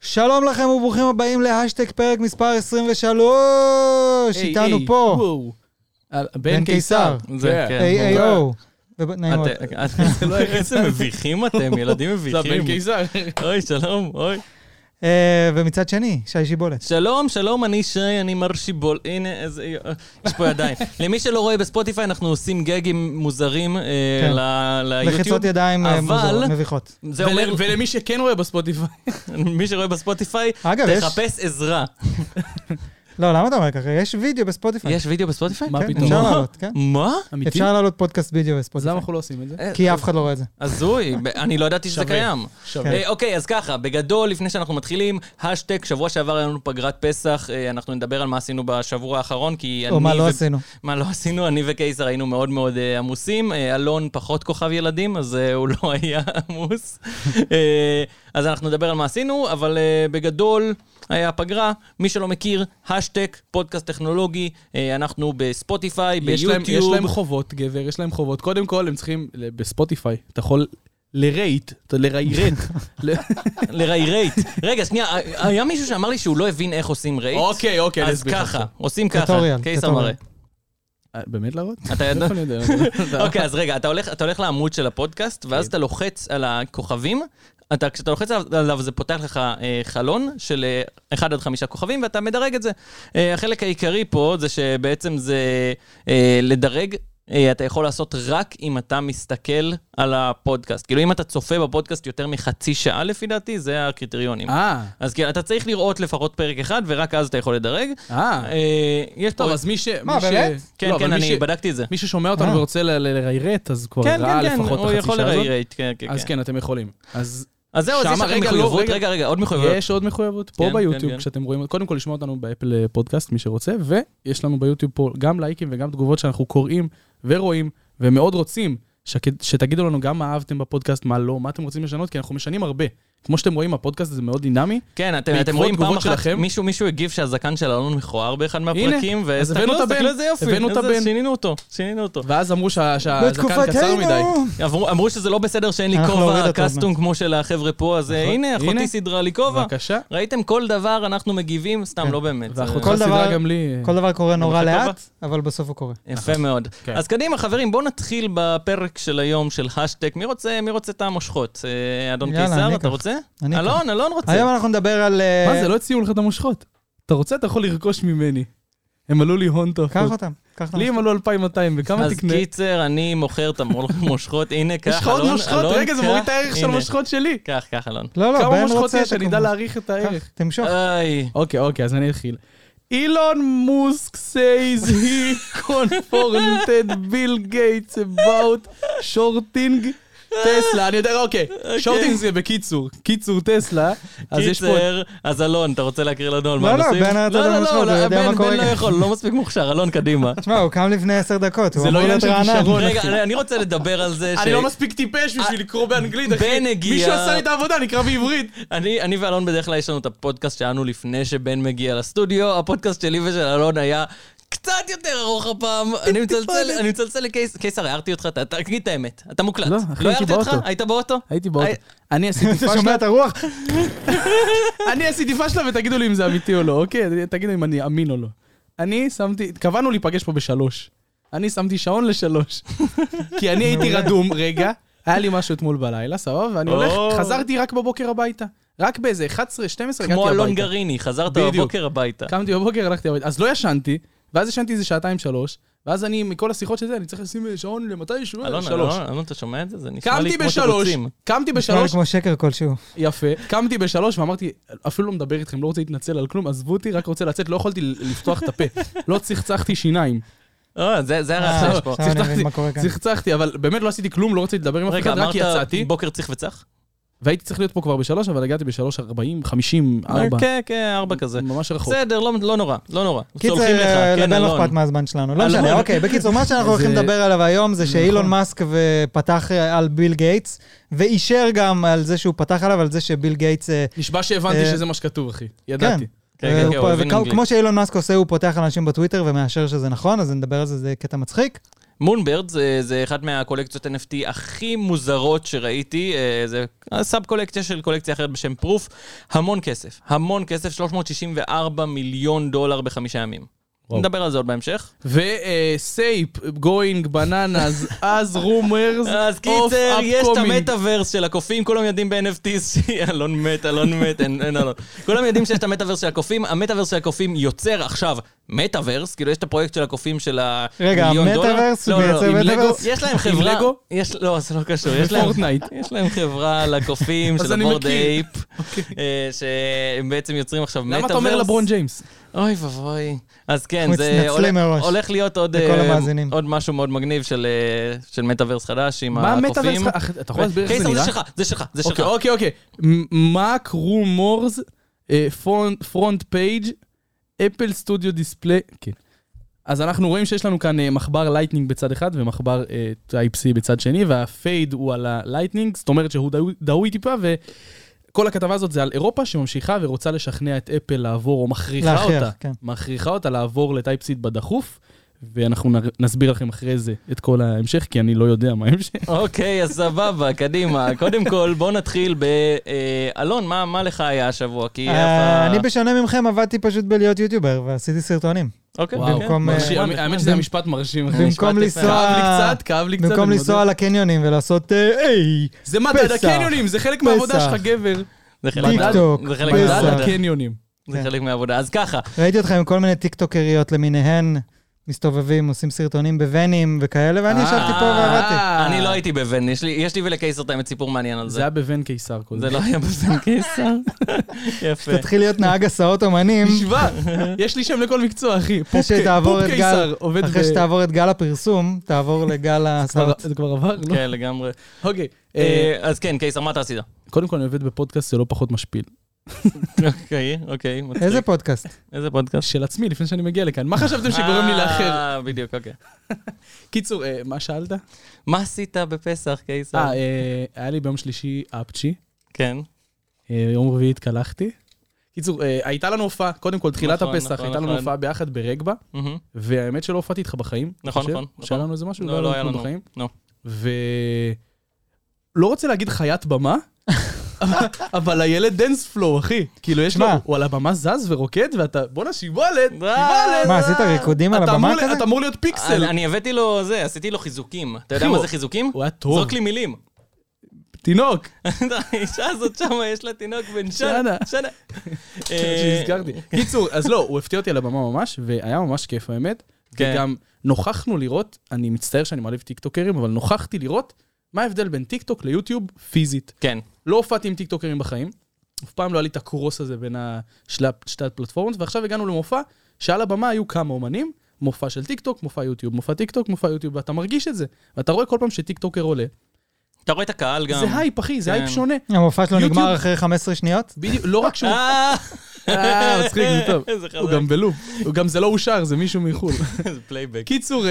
שלום לכם וברוכים הבאים להשטג פרק מספר 23, היי, איתנו היי, פה, וואו. אה, בן בן קיסר. קיסר. זה, כן. כן. AAO. וב- נעים מאוד. אתם- זה לא- איזה מביכים אתם, ילדים זה הבן מביכים. קיסר. אוי, שלום, אוי. אה, ומצד שני, שי שיבולת. שלום, שלום, אני שי, אני מר שיבול. הנה, איזה... יש פה ידיים. למי שלא רואה בספוטיפיי, אנחנו עושים גגים מוזרים אה, כן. ל- ליוטיוב. לחיצות ידיים אה, אבל- מוזרות, מביכות. זה ול- אומר, ולמי שכן כן, רואה בספוטיפיי. מי שרואה בספוטיפיי, אגב, יש... תחפש עזרה. לא, למה אתה אומר ככה? יש וידאו בספוטיפיי. יש וידאו בספוטיפיי? מה כן, פתאום? אפשר לעלות, כן. מה? אמיתי? אפשר לעלות פודקאסט וידאו אז למה בספוטיפיי. אנחנו לא עושים את זה? כי אף אחד לא רואה את זה. הזוי, ב- אני לא ידעתי שזה שווה. קיים. שווה. אה, אוקיי, אז ככה, בגדול, לפני שאנחנו מתחילים, השטג, שבוע שעבר היה לנו פגרת פסח, אה, אנחנו נדבר על מה עשינו בשבוע האחרון, כי אני... או מה לא ו- עשינו. אה, מה לא עשינו, אני וקיסר היינו מאוד מאוד אה, עמוסים, אה, אלון פחות כוכב ילדים, אז אה, הוא לא היה עמוס. אה, אז אנחנו נדבר על מה עשינו, אבל אה, בגדול היה פגרה, מי שלא מכיר, השטג, פודקאסט טכנולוגי, אה, אנחנו בספוטיפיי, יש להם- יש ביוטיוב. להם חובות, גבר, יש להם חובות. קודם כל, הם צריכים, ל- בספוטיפיי, אתה יכול לרייט, אתה לריירט. ל- לראי רייט. רגע, שנייה, היה מישהו שאמר לי שהוא לא הבין איך עושים רייט. אוקיי, אוקיי, אני אז אסביר לך ככה, עכשיו. עושים ככה, טוטוריאל, קייס טוטוריאל. המראה. אה, באמת להראות? אתה יודע? איפה אני יודע? אתה- אוקיי, אז רגע, אתה הולך- אתה הולך לעמוד של הפודקאסט, ואז כן. אתה לוחץ על הכוכבים, אתה- כשאתה לוחץ עליו- עליו זה פותח לך אה, חלון של 1 עד 5 כוכבים, ואתה מדרג את זה. אה, החלק העיקרי פה זה שבעצם זה אה, לדרג. אה, אתה יכול לעשות רק אם אתה מסתכל על הפודקאסט. כאילו, אם אתה צופה בפודקאסט יותר מחצי שעה, לפי דעתי, זה הקריטריונים. אה, אז כאילו, אתה צריך לראות לפחות פרק אחד, ורק אז אתה יכול לדרג. אה. אה, יש פה... טוב, אז מי ש... מה, מי ש- באמת? כן, לא, אבל כן, מי אני ש- בדקתי את זה. מי ששומע אה. אותנו ורוצה ל- ל- לריירט, אז כבר כן, ראה כן, כן, לפחות את הוא החצי יכול שעה הזאת. לרייט, כן, כן. אז כן, אתם יכולים. אז אז זהו, אז שמה- יש לכם רגע, לא, מחויבות, רגע. רגע, רגע, עוד מחויבות. יש עוד מחויבות פה כן, כן, ביוטיוב, כן. כשאתם רואים, קודם כל לשמוע אותנו באפל אה, פודקאסט, מי שרוצה, ויש לנו ביוטיוב פה גם לייקים וגם תגובות שאנחנו קוראים ורואים, ומאוד רוצים שכ- שתגידו לנו גם מה אהבתם בפודקאסט, מה לא, מה אתם רוצים לשנות, כי אנחנו משנים הרבה. כמו שאתם רואים, הפודקאסט הזה מאוד דינמי. כן, אתם- אתם בעקבות רואים פעם תגובות אחת, שלכם? מישהו מישהו הגיב שהזקן של אלון מכוער באחד מהפרקים, הנה, אז הבאנו והסתכלו, את הבן, הסתכלו איזה יופי. הבאנו את איזה- הבן. שינינו אותו, שינינו אותו. ואז אמרו שה- שהזקן קצר מדי. בתקופתנו! אמרו אמרו שזה לא בסדר שאין לי אנחנו נוריד כובע אותו עוד קסטום כמו של החבר'ה פה, אז אה, נכון. הנה, הנה. אחותי סידרה לי כובע. בבקשה. ראיתם כל דבר, אנחנו מגיבים, סתם, כן. לא באמת. זה- ואחותך כל דבר- סידרה גם לי. אה, כל דבר קורה נורא מחכה לאט, אבל בסוף הוא קורה. יפה מאוד. כן. אז קדימה, חברים, בואו נתחיל בפרק של היום של השטג. מי רוצה מי רוצה את המושכות? אה, אדון יאללה, אני קיסר, אתה אקח. רוצה? אני אקח. אלון, אלון רוצה. היום אנחנו נדבר על... אה, מה זה, לא הציעו לך את המושכות. אתה רוצה, אתה יכול לרכוש ממני. הם עלו לי הון תועפות. קח אותם, קח אותם. לי הם עלו 2,200, וכמה אז תקנה? קיצר, אני מוכר את המושכות, הנה, קח, לא יש אלון. לך עוד מושכות? אלון, רגע, זה מוריד את קח, הערך של הנה. המושכות שלי. קח, קח, אלון. לא, לא, כמה בן מושכות רוצה יש, את אני אדע הכובע. להעריך את הערך. קח, תמשוך. איי. אוקיי, אוקיי, אז אני אתחיל. אילון מוסק says he confronted ביל גייטס about shorting טסלה. אני יודע, אוקיי, shorting זה בקיצור, קיצור טסלה. אז יש פה... קיצר, אז אלון, אתה רוצה להקריא לנו על לא, מה לא, הנושאים? בן היה נותן לנו מושכות, הוא יודע מה בן- קורה. בן לא יכול, לא מספיק מוכשר, אלון, קדימה. תשמע, הוא קם לפני עשר דקות, הוא זה לא אמור עניין להיות של רענן. כישרון. רגע, אחי. אני- אני רוצה לדבר על זה אה, ש... אה, אני לא מספיק טיפש בשביל לקרוא באנגלית, אחי. בן הגיע- מישהו עשה לי את העבודה, אני אקרא בעברית. אני אני ואלון בדרך כלל יש לנו את הפודקאסט שלנו לפני שבן מגיע לסטודיו, הפודקאסט שלי ושל אלון היה... קצת יותר ארוך הפעם, אני מצלצל, אני מצלצל לקייס, קיסר, הערתי אותך, ת- תגיד את האמת, אתה מוקלט. לא, אחי, לא הייתי הערתי אותך? באוטו. היית באוטו? הייתי באוטו. הי- אני עשיתי אתה שומע את הרוח? אני עשיתי פשלה ותגידו לי אם זה אמיתי או לא, אוקיי? תגידו אם אני אמין או לא. אני שמתי, קבענו להיפגש פה בשלוש. אני שמתי שעון לשלוש. כי אני הייתי רדום, רגע, היה לי משהו אתמול בלילה, סבבה? ואני או. הולך, חזרתי רק בבוקר הביתה. רק באיזה 11-12 הגעתי הביתה. כמו אלון גריני, חזרת בדיוק. בבוקר הביתה. קמתי בבוקר, הלכתי הביתה. אז לא ישנתי, ואז ישנתי איזה שעתיים שלוש, ואז אני, מכל השיחות של זה, אני צריך לשים אה, שעון למתי שהוא, אלון, שלוש. אלון, אלון, אתה שומע את זה? זה נשמע לי קמתי כמו בשלוש, תירוצים. קמתי נשמע לי בשלוש, כמו שקר כלשהו. יפה. קמתי בשלוש ואמרתי, אפילו לא מדבר איתכם, לא רוצה להתנצל על כלום, עזבו אותי, רק רוצה לצאת, לא יכולתי לפתוח את הפה. לא צחצחתי שיניים. לא, אה, זה זה הרעש אה, שיש פה. עכשיו אני מבין צחצחתי- מה קורה כאן. צחצחתי, אבל באמת לא עשיתי כלום, לא רציתי לדבר עם אף רגע, אחד, רק אמרת יצאתי, בוקר צריך וצח? והייתי צריך להיות פה כבר בשלוש, אבל הגעתי בשלוש ארבעים, חמישים, ארבע. אוקיי. נכון. כן, כן, ארבע כזה. ממש רחוק. בסדר, לא לא נורא, לא נורא. קיצר, סולחים לך, כן, לבן לא אלון. אכפת מהזמן שלנו. לא אלון. אה, משנה, אוקיי. בקיצור, מה שאנחנו הולכים זה- לדבר עליו היום זה שאילון נכון. מאסק ופתח אה, על ביל גייטס, ואישר גם על זה שהוא פתח עליו, על זה שביל גייטס... אה, נשבע שהבנתי אה, שזה מה שכתוב, אחי. כן, ידעתי. כן, אה, כן, הוא הוא פה- הבין וכמו- אנגלית. כמו שאילון מאסק עושה, הוא פותח על אנשים בטוויטר ומאשר שזה נכון, אז נדבר על זה, זה קטע מצחיק. מונברד זה, זה אחת מהקולקציות NFT הכי מוזרות שראיתי, אה, זה סאב קולקציה של קולקציה אחרת בשם פרוף, המון כסף, המון כסף, 364 מיליון דולר בחמישה ימים. וואו. נדבר על זה עוד בהמשך. אה, וסייפ, גוינג, בננז, אז רומרס, אז קיצר, יש את המטאוורס של הקופים, כולם יודעים ב-NFTs, אלון מת, אלון מת, אין אין אלון. כולם יודעים שיש את המטאוורס של הקופים, המטאוורס של הקופים יוצר עכשיו מטאוורס, כאילו יש את הפרויקט של הקופים של רגע, המיליון דולר. המטאוורס לא, הוא לא, מייצר עם לגו? מטאוורס? יש להם חברה... לגו? יש, לא, זה לא קשור. יש להם, פורטנייט. יש להם חברה לקופים אז של אני הבורד מכיר. אוקיי. אייפ, אה, שהם בעצם יוצרים עכשיו מטאוורס. למה אתה אומר לברון ג'יימס? אוי ואבוי. אז כן, אנחנו זה מתנצלים הולך- מראש. הולך להיות עוד לכל אה, המאזינים. עוד משהו מאוד מגניב של אה, של מטאוורס חדש עם מה הקופים. אה, המטאוורס? אח, אתה יכול להסביר איך זה קיסר, נראה? זה שלך, זה שלך, זה שלך. אוקיי, אוקיי, אוקיי. מ- מאק רומורס, אה, פרונט- פרונט פייג', אפל סטודיו דיספלי, כן. אז אנחנו רואים שיש לנו כאן אה, מחבר לייטנינג בצד אחד ומחבר טייפ-C בצד שני, והפייד הוא על הלייטנינג, זאת אומרת שהוא דהו- דהוי טיפה, וכל הכתבה הזאת זה על אירופה שממשיכה ורוצה לשכנע את אפל לעבור, או מכריחה להכריח, אותה, כן. מכריחה אותה לעבור לטייפ-C בדחוף, ואנחנו נר- נסביר לכם אחרי זה את כל ההמשך, כי אני לא יודע מה ההמשך. אוקיי, אז סבבה, קדימה. קודם כל, בוא נתחיל ב... אה, אלון, מה מה לך היה השבוע? כי... אה, אף ה- אני בשונה מכם עבדתי פשוט בלהיות יוטיובר ועשיתי סרטונים. אוקיי, וואו, כן. במקום, אה, מרשים, נחמד, האמת נחמד. שזה היה משפט מרשים. אחי. במקום אה, נשמע לנסוע... טיפה. כאב לי קצת, כאב לי קצת. במקום אני לנסוע מודה. לקניונים ולעשות אה, היי, זה מדד פסח. הקניונים, זה חלק מהעבודה פסח. שלך, גבר. זה חלק מה- טיקטוק, זה חלק פסח. מדד מהעבודה. הקניונים. זה כן. חלק מהעבודה. אז ככה, ראיתי אותך עם כל מיני טיקטוקריות למיניהן, מסתובבים, עושים סרטונים בוונים וכאלה, ואני אה, ישבתי פה ועבדתי. אה. אני לא הייתי בבן, יש לי- יש לי ולקייסר את האמת סיפור מעניין על זה זה. היה בבן קיסר קודם. זה לא היה בבן קיסר. יפה. תתחיל להיות נהג הסעות אומנים, משווה, יש לי שם לכל מקצוע, אחי. פופ- שתעבור פופ את גל- קיסר עובד אחרי ב- שתעבור את גל הפרסום, תעבור לגל כבר- ההסעות. זה כבר עבר, לא? כן, לגמרי. אוקיי. אה, אה, אז כן, קיסר, מה אתה עשית? קודם כל, אני עובד בפודקאסט, זה לא פחות משפיל. אוקיי, אוקיי. מצחיק. איזה פודקאסט? איזה פודקאסט? של עצמי, לפני שאני מגיע לכאן. מה חשבתם שגורם לי לאחר? אה, בדיוק, אוקיי. קיצור, אה, מה שאלת? מה עשית בפסח, קיסר? אה, אה, היה לי ביום שלישי אפצ'י. כן. אה, יום רביעי התקלחתי. קיצור, אה, הייתה לנו הופעה, קודם כל, תחילת נכון, הפסח, נכון, הייתה לנו נכון. הופעה ביחד ברגבה, מהמם. והאמת שלא הופעתי איתך בחיים. נכון, חושב? נכון, שהיה נכון. לנו איזה משהו? לא, לא היה לנו. בחיים. נו. ולא רוצה להגיד חיית במה, אבל- אבל הילד דנס פלואו, אחי. כאילו, יש לו, שמע. הוא על הבמה זז ורוקד, ואתה, בואנה, שיבולת, אה, שיבולת. מה, עשית ריקודים על אתה הבמה אמור- כזה? אתה אמור להיות פיקסל. אני הבאתי לו זה, עשיתי לו חיזוקים. אתה יודע אחי, מה הוא- זה חיזוקים? הוא היה טוב, זרוק לי מילים. תינוק. האישה הזאת שמה, יש לה תינוק בן שנה. שנה. שנה. אה, כן, שהזכרתי. קיצור, אז לא, הוא הפתיע אותי על הבמה ממש, והיה ממש כיף האמת. כן. וגם נוכחנו לראות, אני מצטער שאני מעליב טיקטוקרים, אבל נוכחתי לראות מה ההבדל בין טיקטוק ליוטיוב פיזית. כן, לא הופעתי עם טיקטוקרים בחיים, אף פעם לא היה לי את הקרוס הזה בין השלה- שתי הפלטפורמות, ועכשיו הגענו למופע שעל הבמה היו כמה אומנים, מופע של טיקטוק, מופע יוטיוב, מופע טיקטוק, מופע יוטיוב, ואתה מרגיש את זה. ואתה רואה כל פעם שטיקטוקר עולה. אתה רואה את הקהל גם. זה הייפ, אחי, זה כן. הייפ שונה. המופע שלו יוטיוב. נגמר אחרי 15 שניות? בדיוק, לא רק שהוא... אה, אה, מצחיק, זה טוב. איזה חזק. הוא גם בלופ. הוא גם זה לא אושר, זה מישהו מחו"ל. איזה פלייבק. קיצור, אה,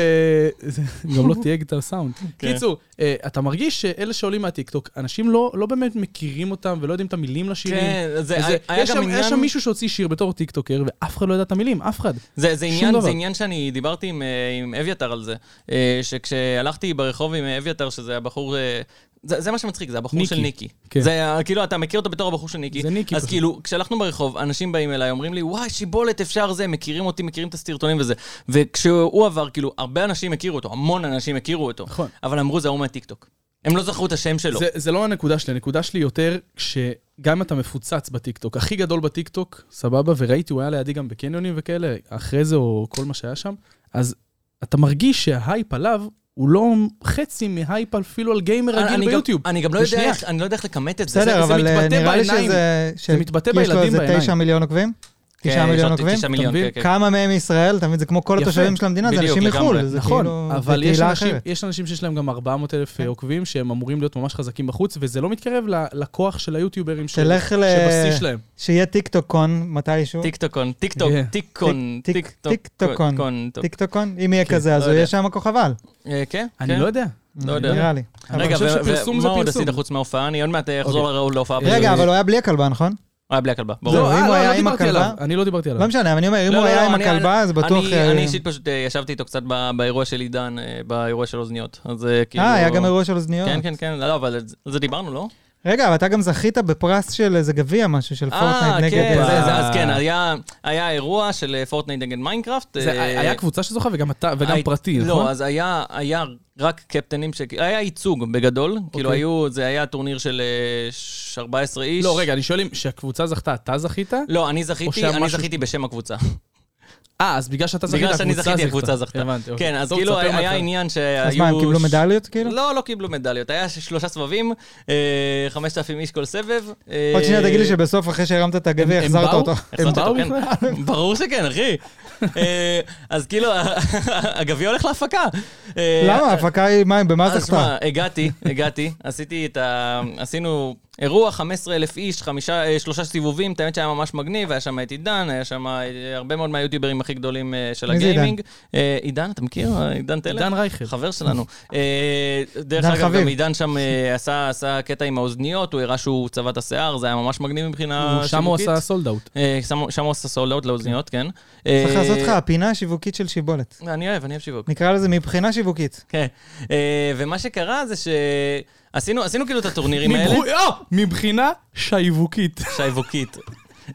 זה- גם לא תייג את הסאונד. כן. קיצור, אה, אתה מרגיש שאלה שעולים מהטיקטוק, אנשים לא לא באמת מכירים אותם ולא יודעים את המילים לשירים. כן, זה וזה- היה יש גם שם- עניין... יש שם מישהו שהוציא שיר בתור טיקטוקר, ואף אחד לא ידע את המילים, אף אחד. זה, זה, שום עניין, דבר. זה עניין שאני דיברתי עם, אה, עם אביתר על זה, אה, שכשהלכתי ברחוב עם אביתר, שזה הבחור... אה, זה, זה מה שמצחיק, זה הבחור ניקי. של ניקי. כן. כן. זה, היה- כאילו, אתה מכיר אותו בתור הבחור של ניקי. זה ניקי אז פשוט. כאילו, כשהלכנו ברחוב, אנשים באים אליי, אומרים לי, וואי, שיבולת, אפשר זה, מכירים אותי, מכירים את הסרטונים וזה. וכשהוא עבר, כאילו, הרבה אנשים הכירו אותו, המון אנשים הכירו אותו. נכון. אבל אמרו, זה ההוא מהטיקטוק. הם לא זכרו את השם שלו. זה- זה לא הנקודה שלי, הנקודה שלי יותר כשגם אתה מפוצץ בטיקטוק, הכי גדול בטיקטוק, סבבה, וראיתי, הוא היה לידי גם בקניונים וכאלה, אחרי זה או כל מה שהיה שם, אז אתה מרגיש שההייפ עליו הוא לא חצי מהייפ אפילו על גיימר אני- רגיל אני גם- ביוטיוב. אני גם לא יודע בשנייה. איך- אני לא יודע איך לכמת את זה. בסדר, זה אבל אה, מתבטא נראה לי בעיניים. שזה... ש- זה מתבטא יש לו בילדים איזה בעיניים. 9 מיליון עוקבים? כן, 9 מיליון יש עוד עוקבים? 9 מיליון, מבין? כן, כן. כמה מהם מישראל? אתה מבין, זה כמו כל יפה. התושבים של המדינה, זה בדיוק, אנשים לגמרי. מחו"ל. זה נכון, כאילו- זה אבל יש קהילה אנשים, אחרת. יש אנשים שיש להם גם 400 אלף אה, עוקבים, שהם אמורים להיות ממש חזקים בחוץ, וזה לא מתקרב ל- לכוח של היוטיוברים ש- תלך ל... שבשיא שלהם. שיהיה טיקטוקון מתישהו. טיקטוקון, טיקטוק, כן. טיקקון, טיק- טיקטוק, טיקטוקון. קון, טוק. טיקטוקון? אם יהיה כן, כזה, לא אז הוא יודע. יהיה שם הכוכב על. אה, כן? אני כן. לא יודע. לא יודע. נראה לי. אבל אני רגע, חושב ו- שפרסום זה ומה עוד פרסום. אוקיי. עשית חוץ מההופעה? אני עוד מעט אחזור להופעה. לא- רגע, אבל הוא היה בלי הכלבה, נכון? הוא היה בלי הכלבה, ברור. לא, לא, אם אה, הוא לא, היה לא עם דיברתי הכלבה- עליו. אני לא דיברתי עליו. לא משנה, אבל אני אומר, אם לא, הוא לא, היה עם אני- הכלבה, אז בטוח... אני- אה, אני אישית פשוט אה, ישבתי איתו קצת ב- באירוע של עידן, אה, באירוע של אוזניות. אז אה, כאילו... אה, היה גם אירוע של אוזניות. כן, כן, כן, לא, אבל על זה- על זה דיברנו, לא? רגע, אבל אתה גם זכית בפרס של איזה גביע, משהו של פורטנייט אה, נגד... כן, אה, זה- זה- אה. אז כן, היה- היה אירוע של אה, פורטנייט נגד מיינקראפט. זה אה, היה קבוצה שזוכה וגם אתה, וגם הי- פרטי, נכון? לא, אז היה, היה רק קפטנים, ש... היה ייצוג בגדול, אוקיי. כאילו היו, זה היה טורניר של אה, ש- 14 איש. לא, רגע, אני שואל אם כשהקבוצה זכתה, אתה זכית? לא, אני או זכיתי, שהיה אני משהו- זכיתי בשם הקבוצה. אה, אז בגלל שאתה זכית, בגלל שאני הקבוצה זכיתי, הקבוצה זכתה. הבנתי, אוקיי. כן, אז טוב, כאילו תספר היה מההתחלה. היה עניין שהיו... אז מה, הם קיבלו ש- מדליות כאילו? לא, לא קיבלו מדליות, היה ש- שלושה סבבים, אה, 5,000 איש כל סבב. אה, עוד שנייה תגיד לי שבסוף, אחרי שהרמת את הגביע, הם- הם החזרת באו? אותו. הם החזרתי באו אותו, כן. ברור שכן, אחי. אה, אז כאילו, הגביע הולך להפקה. אה, למה? ההפקה היא, מה, במה אז זכתה? שמע, הגעתי, הגעתי, עשיתי את ה... עשינו אירוע, 15,000 איש, חמישה, אה, שלושה סיבובים, את האמת שהיה ממש מגניב, היה שם את עידן, היה שם אה, הרבה מאוד מהיוטיוברים הכי גדולים אה, של מי זה הגיימינג. אה, עידן, אתה מכיר? עידן תלם? עידן רייכל. חבר שלנו. אה, דרך עידן אגב, חביב. גם עידן שם אה, עשה- עשה קטע עם האוזניות, הוא הראה שהוא צבע את השיער, זה היה ממש מגניב מבחינה הוא- שם הוא שיווקית. עשה סולד אאוט. אה, שם- שם הוא עשה סולדאוט לאוזניות, כן. צריך אה, לעשות לך הפינה השיווקית של שיבולת. אני אוהב, אני אוהב שיווק. נקרא לזה מבחינה שיווקית. כן. אה, ומה שקרה זה שעשינו עשינו כאילו את הטורנירים האלה. אה, מבחינה שיווקית. שיווקית.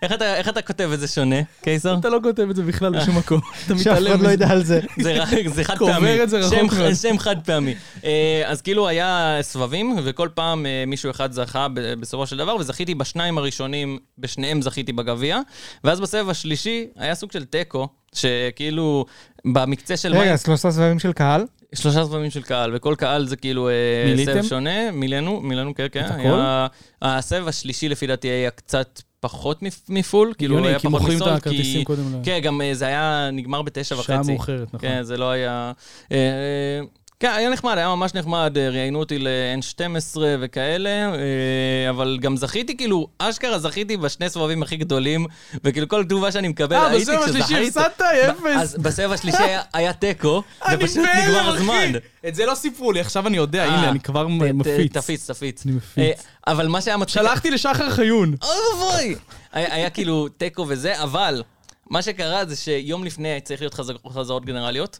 איך אתה- איך אתה כותב את זה שונה, קיסר? אתה לא כותב את זה בכלל בשום מקום. אתה שאף מתעלם אחד לא מזה. ידע על זה. זה רק- זה חד קובר פעמי. את זה רחוק שם- מאוד. שם חד פעמי. אה, אז כאילו היה סבבים, וכל פעם אה, מישהו אחד זכה ב- בסופו של דבר, וזכיתי בשניים הראשונים, בשניהם זכיתי בגביע. ואז בסבב השלישי היה סוג של תיקו, שכאילו במקצה של... רגע, מיינ- שלושה סבבים של קהל. שלושה סבבים של קהל, וכל קהל זה כאילו אה, מילאתם? סבב שונה. מילאנו, מילאנו, כן, כן. הכל? היה- הסבב השלישי לפי דעתי היה קצת פחות מפ- מפול, כאילו הגיוני, היה כי פחות מוכרים את מסולד, הכרטיסים כי... קודם ל- כן, גם אה, זה היה נגמר בתשע וחצי. שעה מאוחרת, נכון. כן, זה לא היה... אה, אה, כן, היה נחמד, היה ממש נחמד, אה, ראיינו אותי ל-N12 וכאלה, אה, אבל גם זכיתי, כאילו, אשכרה זכיתי בשני סבבים הכי גדולים, וכאילו כל תגובה שאני מקבל, אה, ראיתי בסבב השלישי כשזכיתי. הפסדת? ב- אפס. אז בסבב השלישי היה- היה תיקו, ופשוט נגמר זמן. את זה לא סיפרו לי, עכשיו אני יודע, הנה, אה, אני כבר ת- ת- מפיץ. תפיץ, תפיץ. אני מפיץ. אה, אבל מה שהיה מצחיק... שלחתי לשחר חיון. אוי ואבוי! היה היה כאילו תיקו וזה, אבל מה שקרה זה שיום לפני צריך להיות חזר- חזרות גנרליות,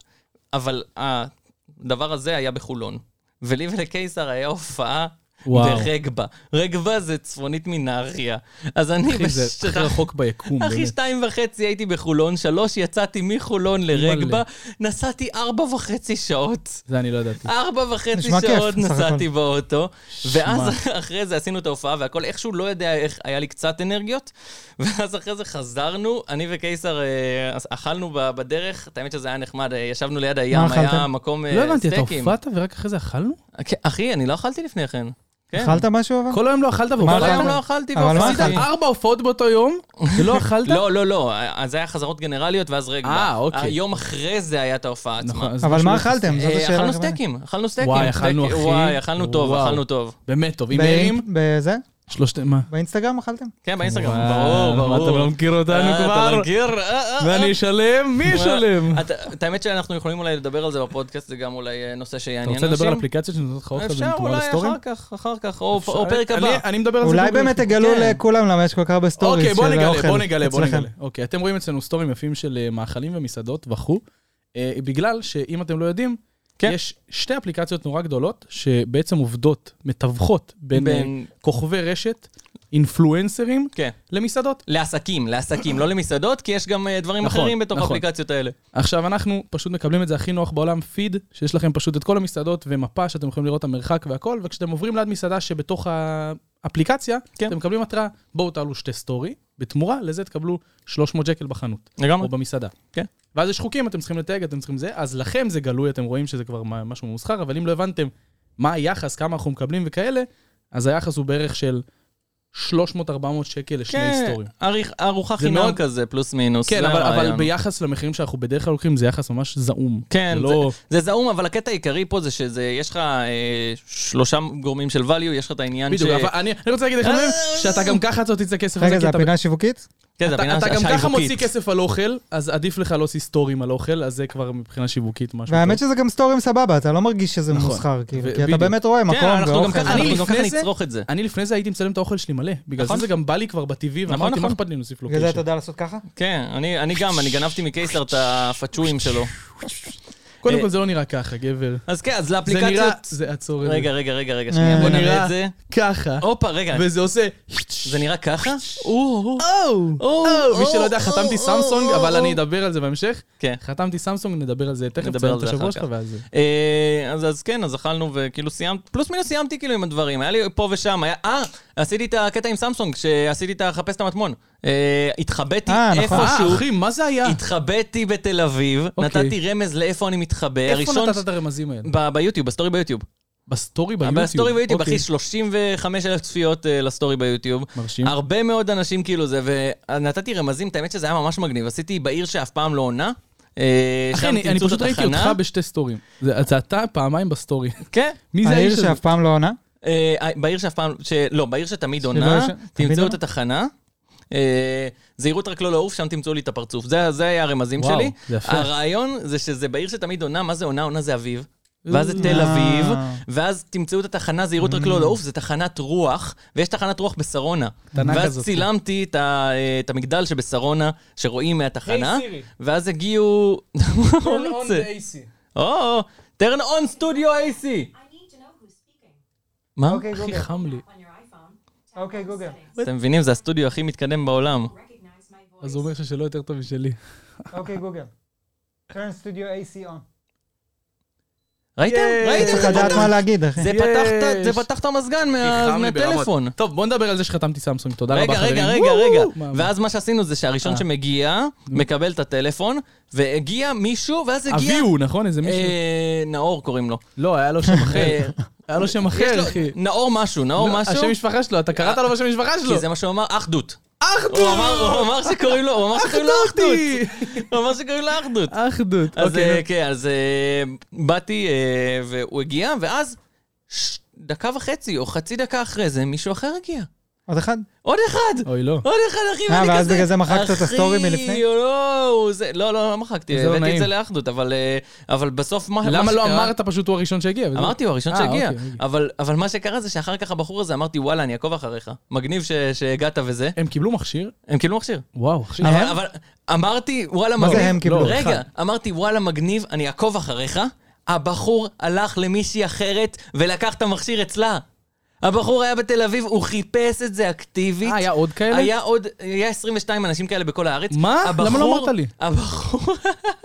אבל הדבר הזה היה בחולון. ולי ולקיסר היה הופעה. וואו. ברגבה. רגבה זה צפונית מנהריה. אז אני... אחי, זה בש- הכי רחוק ביקום, אחי, באמת. שתיים וחצי הייתי בחולון, שלוש יצאתי מחולון לרגבה, נסעתי ארבע וחצי שעות. זה אני לא ידעתי. ארבע וחצי נשמע כיף, שעות בסך נסעתי הכל. באוטו, ואז אחרי זה עשינו את ההופעה והכל, איכשהו לא יודע איך, היה לי קצת אנרגיות, ואז אחרי זה חזרנו, אני וקיסר אה, אז אכלנו ב- בדרך, את האמת שזה היה נחמד, אה, ישבנו ליד הים, היה אכלתם? מקום אה, לא סטייקים. הבנתי, אתה הופעת ורק אחרי זה אכלנו? כן, אחי, אני לא אכלתי לפני כן. כן. אכלת משהו אבל? כל היום לא אכלת כל אכלת? היום לא אכלתי אבל מה והופעתי. אכלת? ארבע הופעות באותו יום, ולא אכלת? לא, לא, לא, אז זה היה חזרות גנרליות ואז רגע. אה, אוקיי. היום אחרי זה היה את ההופעה עצמה. נכון, אז אבל משהו מה לא אכלתם? זאת אה, השאלה. אכלנו הכוונה. סטייקים, אכלנו סטייקים. וואי, אכלנו, סטייק- אחי. וואי, אכלנו טוב, וואו. אכלנו טוב. באמת טוב, עם ב- ערים? בזה? שלושת... מה? אה, באינסטגרם אכלתם? לא, כן, באינסטגרם, וואו, ברור, ברור. אתה לא מכיר אותנו אה, אתה כבר? מכיר? אה, אה, אה. ואני אשלם? מי ישלם? אתה- את האמת שאנחנו יכולים אולי לדבר על זה בפודקאסט, זה גם אולי אה, נושא שיעניין אתה אנשים. רוצה לדבר על אפליקציות שנותנות לך אוכל אפשר במקום אולי לסטורים? אחר כך, אחר כך, או אפשר- או פרק הבא. אני- אני מדבר על זה. אולי בדיוק באמת לפני. תגלו כן. לכולם למה יש כל כך הרבה סטוריז של אוקיי, האוכל בוא נגלה, בוא נגלה, בוא אצלכם. נגלה. אוקיי, אתם רואים אצלנו סטורים יפים של אה, מאכלים ומסעדות וכו', אה, בגלל שאם אתם לא יודעים, כן. יש שתי אפליקציות נורא גדולות, שבעצם עובדות, מתווכות בין אה, בין- כוכבי רשת, אינפלואנסרים, כן. למסעדות. לעסקים, לעסקים, לא למסעדות, כי יש גם אה, דברים נכון, אחרים בתוך נכון. האפליקציות האלה. עכשיו, אנחנו פשוט מקבלים את זה הכי נוח בעולם, פיד, שיש לכם פשוט את כל המסעדות ומפה שאתם יכולים לראות את המרחק והכל, וכשאתם עוברים ליד מסעדה שבתוך האפליקציה, כן. אתם מקבלים התראה, בואו תעלו שתי סטורי, בתמורה לזה תקבלו 300 שקל בחנות, לגמרי. או במסעדה. כן. ואז יש חוקים, אתם צריכים לתייג, אתם צריכים זה, אז לכם זה גלוי, אתם רואים שזה כבר מה- משהו ממוסחר, אבל אם לא הבנתם מה היחס, כמה אנחנו מקבלים וכאלה, אז היחס הוא בערך של 300-400 שקל לשני כן, סטורים. אריך- ארוחה זה חינם מאוד- כזה, פלוס מינוס. כן, זה אבל, אבל הרעיון. ביחס למחירים שאנחנו בדרך כלל לוקחים, זה יחס ממש זעום. כן, זה לא... זה זעום, אבל הקטע העיקרי פה זה שזה, יש לך אה, שלושה גורמים של value, יש לך את העניין ש... בדיוק, אבל אני אני רוצה להגיד לך, אה, שאתה גם ככה אתה תצטרך כסף על רגע, זה, זה כי אתה... הפינה השיווקית? כן, זה הפינה אתה גם ככה השיווקית. מוציא כסף על אוכל, אז עדיף לך לא עושה סטורים על אוכל, אז זה כבר מבחינה שיווקית משהו והאמת שזה גם סטורים סבבה, אתה לא מרגיש שזה נכון. מוסחר, כאילו, ו- כי אתה בדיוק. באמת רואה מקום כן, אנחנו גם ואוכל. ככה אני אנחנו גם ככה לפני זה- נצרוך את זה. אני לפני זה הייתי מצלם את האוכל שלי מלא, בגלל נכון. זה זה גם בא לי כבר בטבעי, נכון, ואמרתי, מה נכון. אכפת לי להוסיף בגלל זה לוקיישן. אתה יודע לעשות ככה? כן, אני אני גם, אני גנבתי מקייסלר את הפצ'ואים שלו. קודם אה, כל זה לא נראה ככה, גבר. אז כן, אז זה נראה... לאפליקציות... זה עצור את זה. רגע, אוקיי. רגע, רגע, רגע, שנייה, בוא זה נראה נראה- את זה. ככה, הופה, רגע, וזה עושה... זה נראה ככה? או, או, מי שלא יודע, חתמתי סמסונג, אבל אני אדבר על זה בהמשך. כן. חתמתי סמסונג, נדבר על זה תכף, נדבר נדבר על את זה השבוע אחר שלך כך. ואז... זה. אה, אז, אז כן, אז אכלנו וכאילו סיימת, פלוס מינוס סיימתי כאילו עם הדברים, היה לי פה ושם, היה, אה, עשיתי את הקטע עם סמסונג, שעשיתי את החפש את המטמון. אה, התחבאתי אה, נכון. איפשהו, אה, אחי, מה זה היה? התחבאתי בתל אביב, אוקיי. נתתי רמז לאיפה אני מתחבא, איפה הראשון, נתת את הרמזים האלה? ב- ביוטיוב, בסטורי ביוטיוב. בסטורי ביוטיוב. בסטורי ביוטיוב, אוקיי. אחי, 35 אלף צפיות אה, לסטורי ביוטיוב. מרשים. הרבה מאוד אנשים כאילו זה, ונתתי רמזים, את האמת שזה היה ממש מגניב. עשיתי בעיר שאף פעם לא עונה. אה, אחי, שם אני אני תמצאו את פשוט ראיתי התחנה. אותך בשתי סטורים. זה אז אתה פעמיים בסטורי. כן. מי זה העיר האיש הזה? שאף פעם לא עונה? אה, בעיר שאף פעם, ש... לא, בעיר שתמיד יש- עונה, תמיד תמצאו את עונה? התחנה. אה, זהירות רק לא לעוף, שם תמצאו לי את הפרצוף. זה, זה היה הרמזים וואו, שלי. זה יפה. הרעיון זה שזה בעיר שתמיד עונה, מה זה עונה? עונה זה אביב. ואז זה אה. תל אביב, אה. ואז תמצאו את התחנה זהירות Mm. רק לא לעוף, זה תחנת רוח, ויש תחנת רוח בשרונה. קטנה ואז כזאת. צילמתי את, ה, אה, את המגדל שבשרונה, שרואים מהתחנה, היי, סירי. ואז הגיעו... מה הוא רוצה? או, turn on I need studio AC! to know who's speaking. מה? אוקיי, הכי גוגל. אוקיי, חם לי. On your iPhone, tap Okay, on Google. settings. אתם מבינים, זה הסטודיו הכי מתקדם בעולם. Recognize my voice. אז הוא אומר לך שלא יותר טוב משלי. אוקיי, גוגל. turn studio AC on. ראיתם? יש. ראיתם? צריך זה לדעת פתח- מה להגיד, אחי. זה פתח את- יש. זה פתח את המזגן הכי מה- חם לי מהטלפון. ברמות. טוב, בוא נדבר על זה שחתמתי סמסונג, תודה רבה רגע, חברים. רגע, רגע, רגע. מה, מה? ואז מה שעשינו זה שהראשון אה. שמגיע, מקבל את הטלפון, והגיע מישהו, ואז הגיע... אביהו, נכון? איזה מישהו? אה, נאור קוראים לו. לא, היה לו שם אחר. אה, היה לו שם יש אחר, לו- אחי. נאור משהו, נאור לא, משהו. השם משפחה שלו, אתה קראת לו בשם משפחה שלו. כי זה מה שהוא אמר, אחדות. אחדות! הוא אמר- הוא אמר שקוראים לו, הוא אמר שקוראים לו אה, לא אחדות. אחדותי. הוא אמר שקוראים לו אחדות. אחדות. אז אוקיי, אה, נו. כן, אז אה, באתי אה, והוא הגיע, ואז ש- דקה וחצי או חצי דקה אחרי זה מישהו אחר הגיע. עוד אחד? עוד אחד! אוי, לא. עוד אחד, אחי, אה, ואני ואז כזה, בגלל זה מחקת את "אחי, הסטורי מלפני?" לא, הוא זה- לא, לא, לא מחקתי, זה הבאתי לא את זה נעים. לאחדות, אבל, אה, אבל בסוף מה... אה, מה למה לא שקרה- אמרת פשוט הוא הראשון שהגיע? וזהו. אמרתי, הוא הראשון אה, שהגיע. אוקיי, אוקיי. אבל אבל מה שקרה זה שאחר כך הבחור הזה אמרתי, וואלה, אני אעקוב אחריך. מגניב ש- שהגעת וזה. הם קיבלו מכשיר? הם קיבלו מכשיר. וואו, אה, מכשיר. אבל אבל אמרתי, וואלה, מה מגניב. זה הם קיבלו? לא, רגע, אחד. אמרתי, וואלה, מגניב, אני אעקוב אחריך. הבחור הלך למישהי אחרת ולקח את המכשיר אצלה. הבחור היה בתל אביב, הוא חיפש את זה אקטיבית. אה, היה עוד כאלה? היה עוד, היה 22 אנשים כאלה בכל הארץ. מה? למה לא הבחור- אמרת לי? הבחור,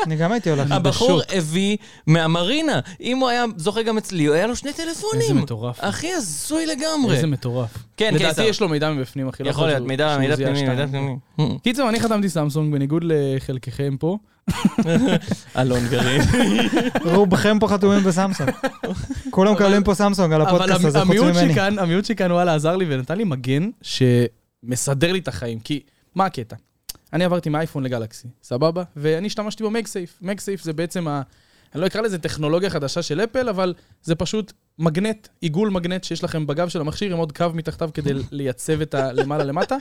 אני גם הייתי הולך. הבחור בשוק. הביא מהמרינה. אם הוא היה זוכה גם אצלי, הוא היה לו שני טלפונים. איזה מטורף. אחי, הזוי לגמרי. איזה מטורף. כן, לדעתי קיסר. יש לו מידע מבפנים, אחי. לא יכול להיות, שהוא- מידע, שהוא מידע זיהה פנימי, שתיים. מידע פנימי. Hmm. קיצור, אני חתמתי סמסונג, בניגוד לחלקכם פה. אלון גרעין. רובכם פה חתומים בסמסונג. כולם מקבלים פה סמסונג על אבל הפודקאסט המ- הזה, חוץ המיעוט ממני. שכאן, המיעוט שכאן, וואלה, עזר לי ונתן לי מגן שמסדר לי את החיים. כי, מה הקטע? אני עברתי מאייפון לגלקסי, סבבה? ואני השתמשתי במגסייף. מגסייף זה בעצם ה... אני לא אקרא לזה טכנולוגיה חדשה של אפל, אבל זה פשוט מגנט, עיגול מגנט שיש לכם בגב של המכשיר עם עוד קו מתחתיו כדי לייצב את הלמעלה למטה.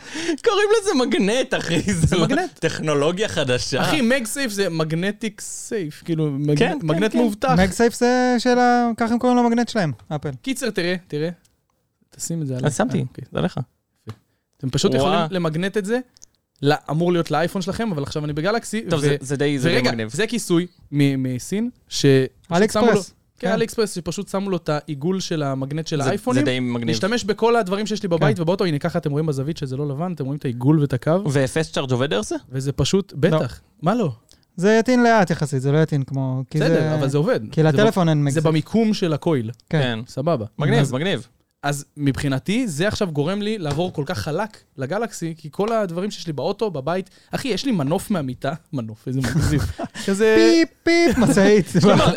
קוראים לזה מגנט, אחי. זה מגנט. טכנולוגיה חדשה. אחי, מגסייף זה מגנטיק סייף, כאילו מג- כן, כן, מגנט כן. מאובטח. מגסייף זה של ה... ככה הם קוראים למגנט שלהם, אפל. קיצר, תראה, תראה. תשים את זה עליי. אז שמתי, אה, אוקיי. זה לך. אתם פשוט וואו. יכולים למגנט את זה, לא- אמור להיות לאייפון שלכם, אבל עכשיו אני בגלקסי. טוב, ו- זה- זה די זה די ורגע, מגניב. זה כיסוי מ- מסין, ש... על פשוט שמו לו- אקספרס. כן, כן. על אקספרס, שפשוט שמו לו את העיגול של המגנט של זה- זה האייפונים. די מגניב. כן. להשתמש בכל הדברים שיש לי בבית, ובאוטו, הנה ככה אתם רואים בזווית שזה לא לבן, אתם רואים את העיגול ואת הקו, ופסט צ'ארג' עובד על זה? וזה פשוט, בטח, מה לא? זה יטעין לאט יחסית, זה לא יטעין כמו... כי בסדר, אבל זה עובד. כי זה לטלפון אין ב- זה מגסייף. במיקום של הקויל, כן. סבבה. אז- מגניב, מגניב. אז מבחינתי, זה עכשיו גורם לי לעבור כל כך חלק לגלקסי, כי כל הדברים שיש לי באוטו, בבית, אחי, יש לי מנוף מהמיטה, מנוף, איזה מגזים. כזה... פיפ פיפ משאית.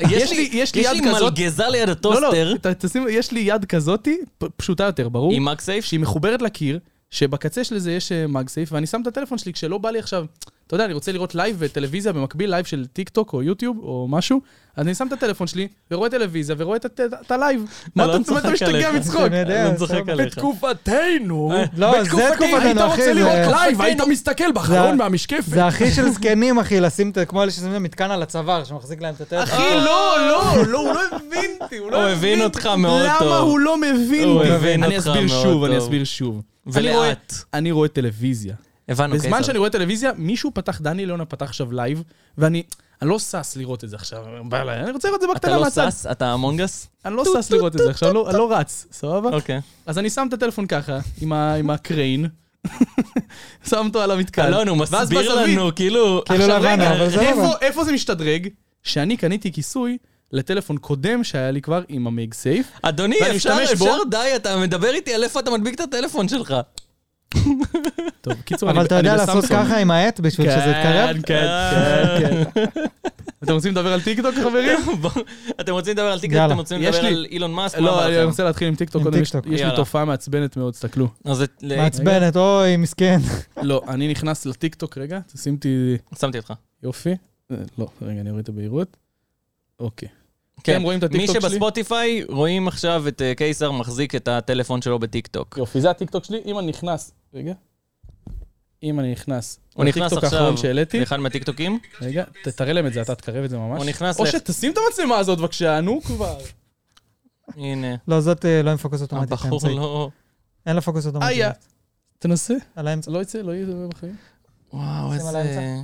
יש לי- יש לי יד כזאת- מלגזה ליד לא, לא, הטוסטר ת- תשים, יש לי יד כזאתי, פ- פשוטה יותר, ברור, עם מקסייף. שהיא מחוברת לקיר, שבקצה של זה יש אה, מגסייף, ואני שם את הטלפון שלי, כשלא בא לי עכשיו, אתה יודע, אני רוצה לראות לייב וטלוויזיה במקביל, לייב של טיק טוק או יוטיוב או משהו, אז אני שם את הטלפון שלי ורואה טלוויזיה ורואה את הט- את הלייב. מה לא אתה מצטעק? אתה צוחק משתגע עליך. מצחוק. אני יודע, אני לא צוחק סבבה. עליך. בתקופתנו, אה, לא, זה בתקופתי, תקופתנו, היית אחי, רוצה זה- לראות לייב, היית מסתכל בחלון זה- מהמשקפת. זה הכי של זקנים, אחי, לשים את ה... כמו אלה ששמים את המתקן על הצוואר, שמחזיק להם את הטלפון. אחי, לא, לא, לא, הוא לא הבין אותי, הוא הוא לא הבין אותך מאוד למה טוב. הוא לא מבין הוא אותי? הבין אני אותך אסביר מאוד שוב, אני טוב. אסביר שוב. אני רואה- ולאט. אוקיי, אני רואה טלוויזיה. הבנו, בזמן קיסר. שאני רואה טלוויזיה, מישהו פתח, דני ליונה פתח עכשיו לייב, ואני אני לא שש לראות את זה עכשיו, בא אליי, אני רוצה לראות את זה אתה בקטנה לא מהצד. שש? אתה אמונגס? אני לא שש לראות את זה עכשיו, אני לא- אני לא רץ, סבבה? אוקיי. אז אני שם את הטלפון ככה, עם ה- עם הקריין, שם אותו על המתקן. אלון, הוא כן. ואז מסביר בזווית- כן. לנו, כאילו... כאילו עכשיו, לא הבנו, רגע, אבל זה איפה- לא הבנו. איפה זה משתדרג? שאני קניתי כיסוי לטלפון קודם שהיה לי כבר עם המייג סייף. אדוני, ואני אפשר, משתמש אפשר, בו. די, אתה מדבר איתי על איפה אתה מדביק את הטלפון שלך. טוב, קיצור, אני אבל אתה אני יודע לעשות בסמסונג. ככה עם העט בשביל שזה יתקרב? כן, כן, כן. אתם רוצים לדבר על טיקטוק, חברים? בוא, אתם רוצים לדבר על טיקטוק, יאללה. אתם רוצים יש לדבר לי- על אילון מאסק? מה לא, בא אני לכם? רוצה להתחיל עם טיקטוק. עם קודם, יש- טיקטוק. יש לי יאללה. תופעה מעצבנת מאוד, תסתכלו. אז את- כן. אה, ל- מעצבנת, אוי, מסכן. לא, אני נכנס לטיקטוק רגע, תשים אותי... שמתי אותך. יופי. אה, לא, רגע, אני אוריד את הבהירות. אוקיי. כן. אתם רואים את מי הטיקטוק שלי? שבספוטיפיי רואים עכשיו את אה, קיסר מחזיק את הטלפון שלו בטיקטוק. יופי, זה הטיקטוק שלי. אם אני נכנס... רגע. אם אני נכנס... הוא נכנס לטיקטוק האחרון עכשיו שהעליתי. לאחד מהטיקטוקים. רגע, ת- תראה להם את זה, אתה תקרב את זה ממש. הוא נכנס או ל- שתשים את המצלמה הזאת בבקשה, נו כבר. הנה, לא, זאת אה, לא עם פוקוס אוטומטי. הבחור האמצעי. לא... אין לה פוקוס אוטומטי. איה. תנסה. על האמצע. אה, לא יצא, לא יהיה דבר בחיים. וואו, שים על האמצע. איזה...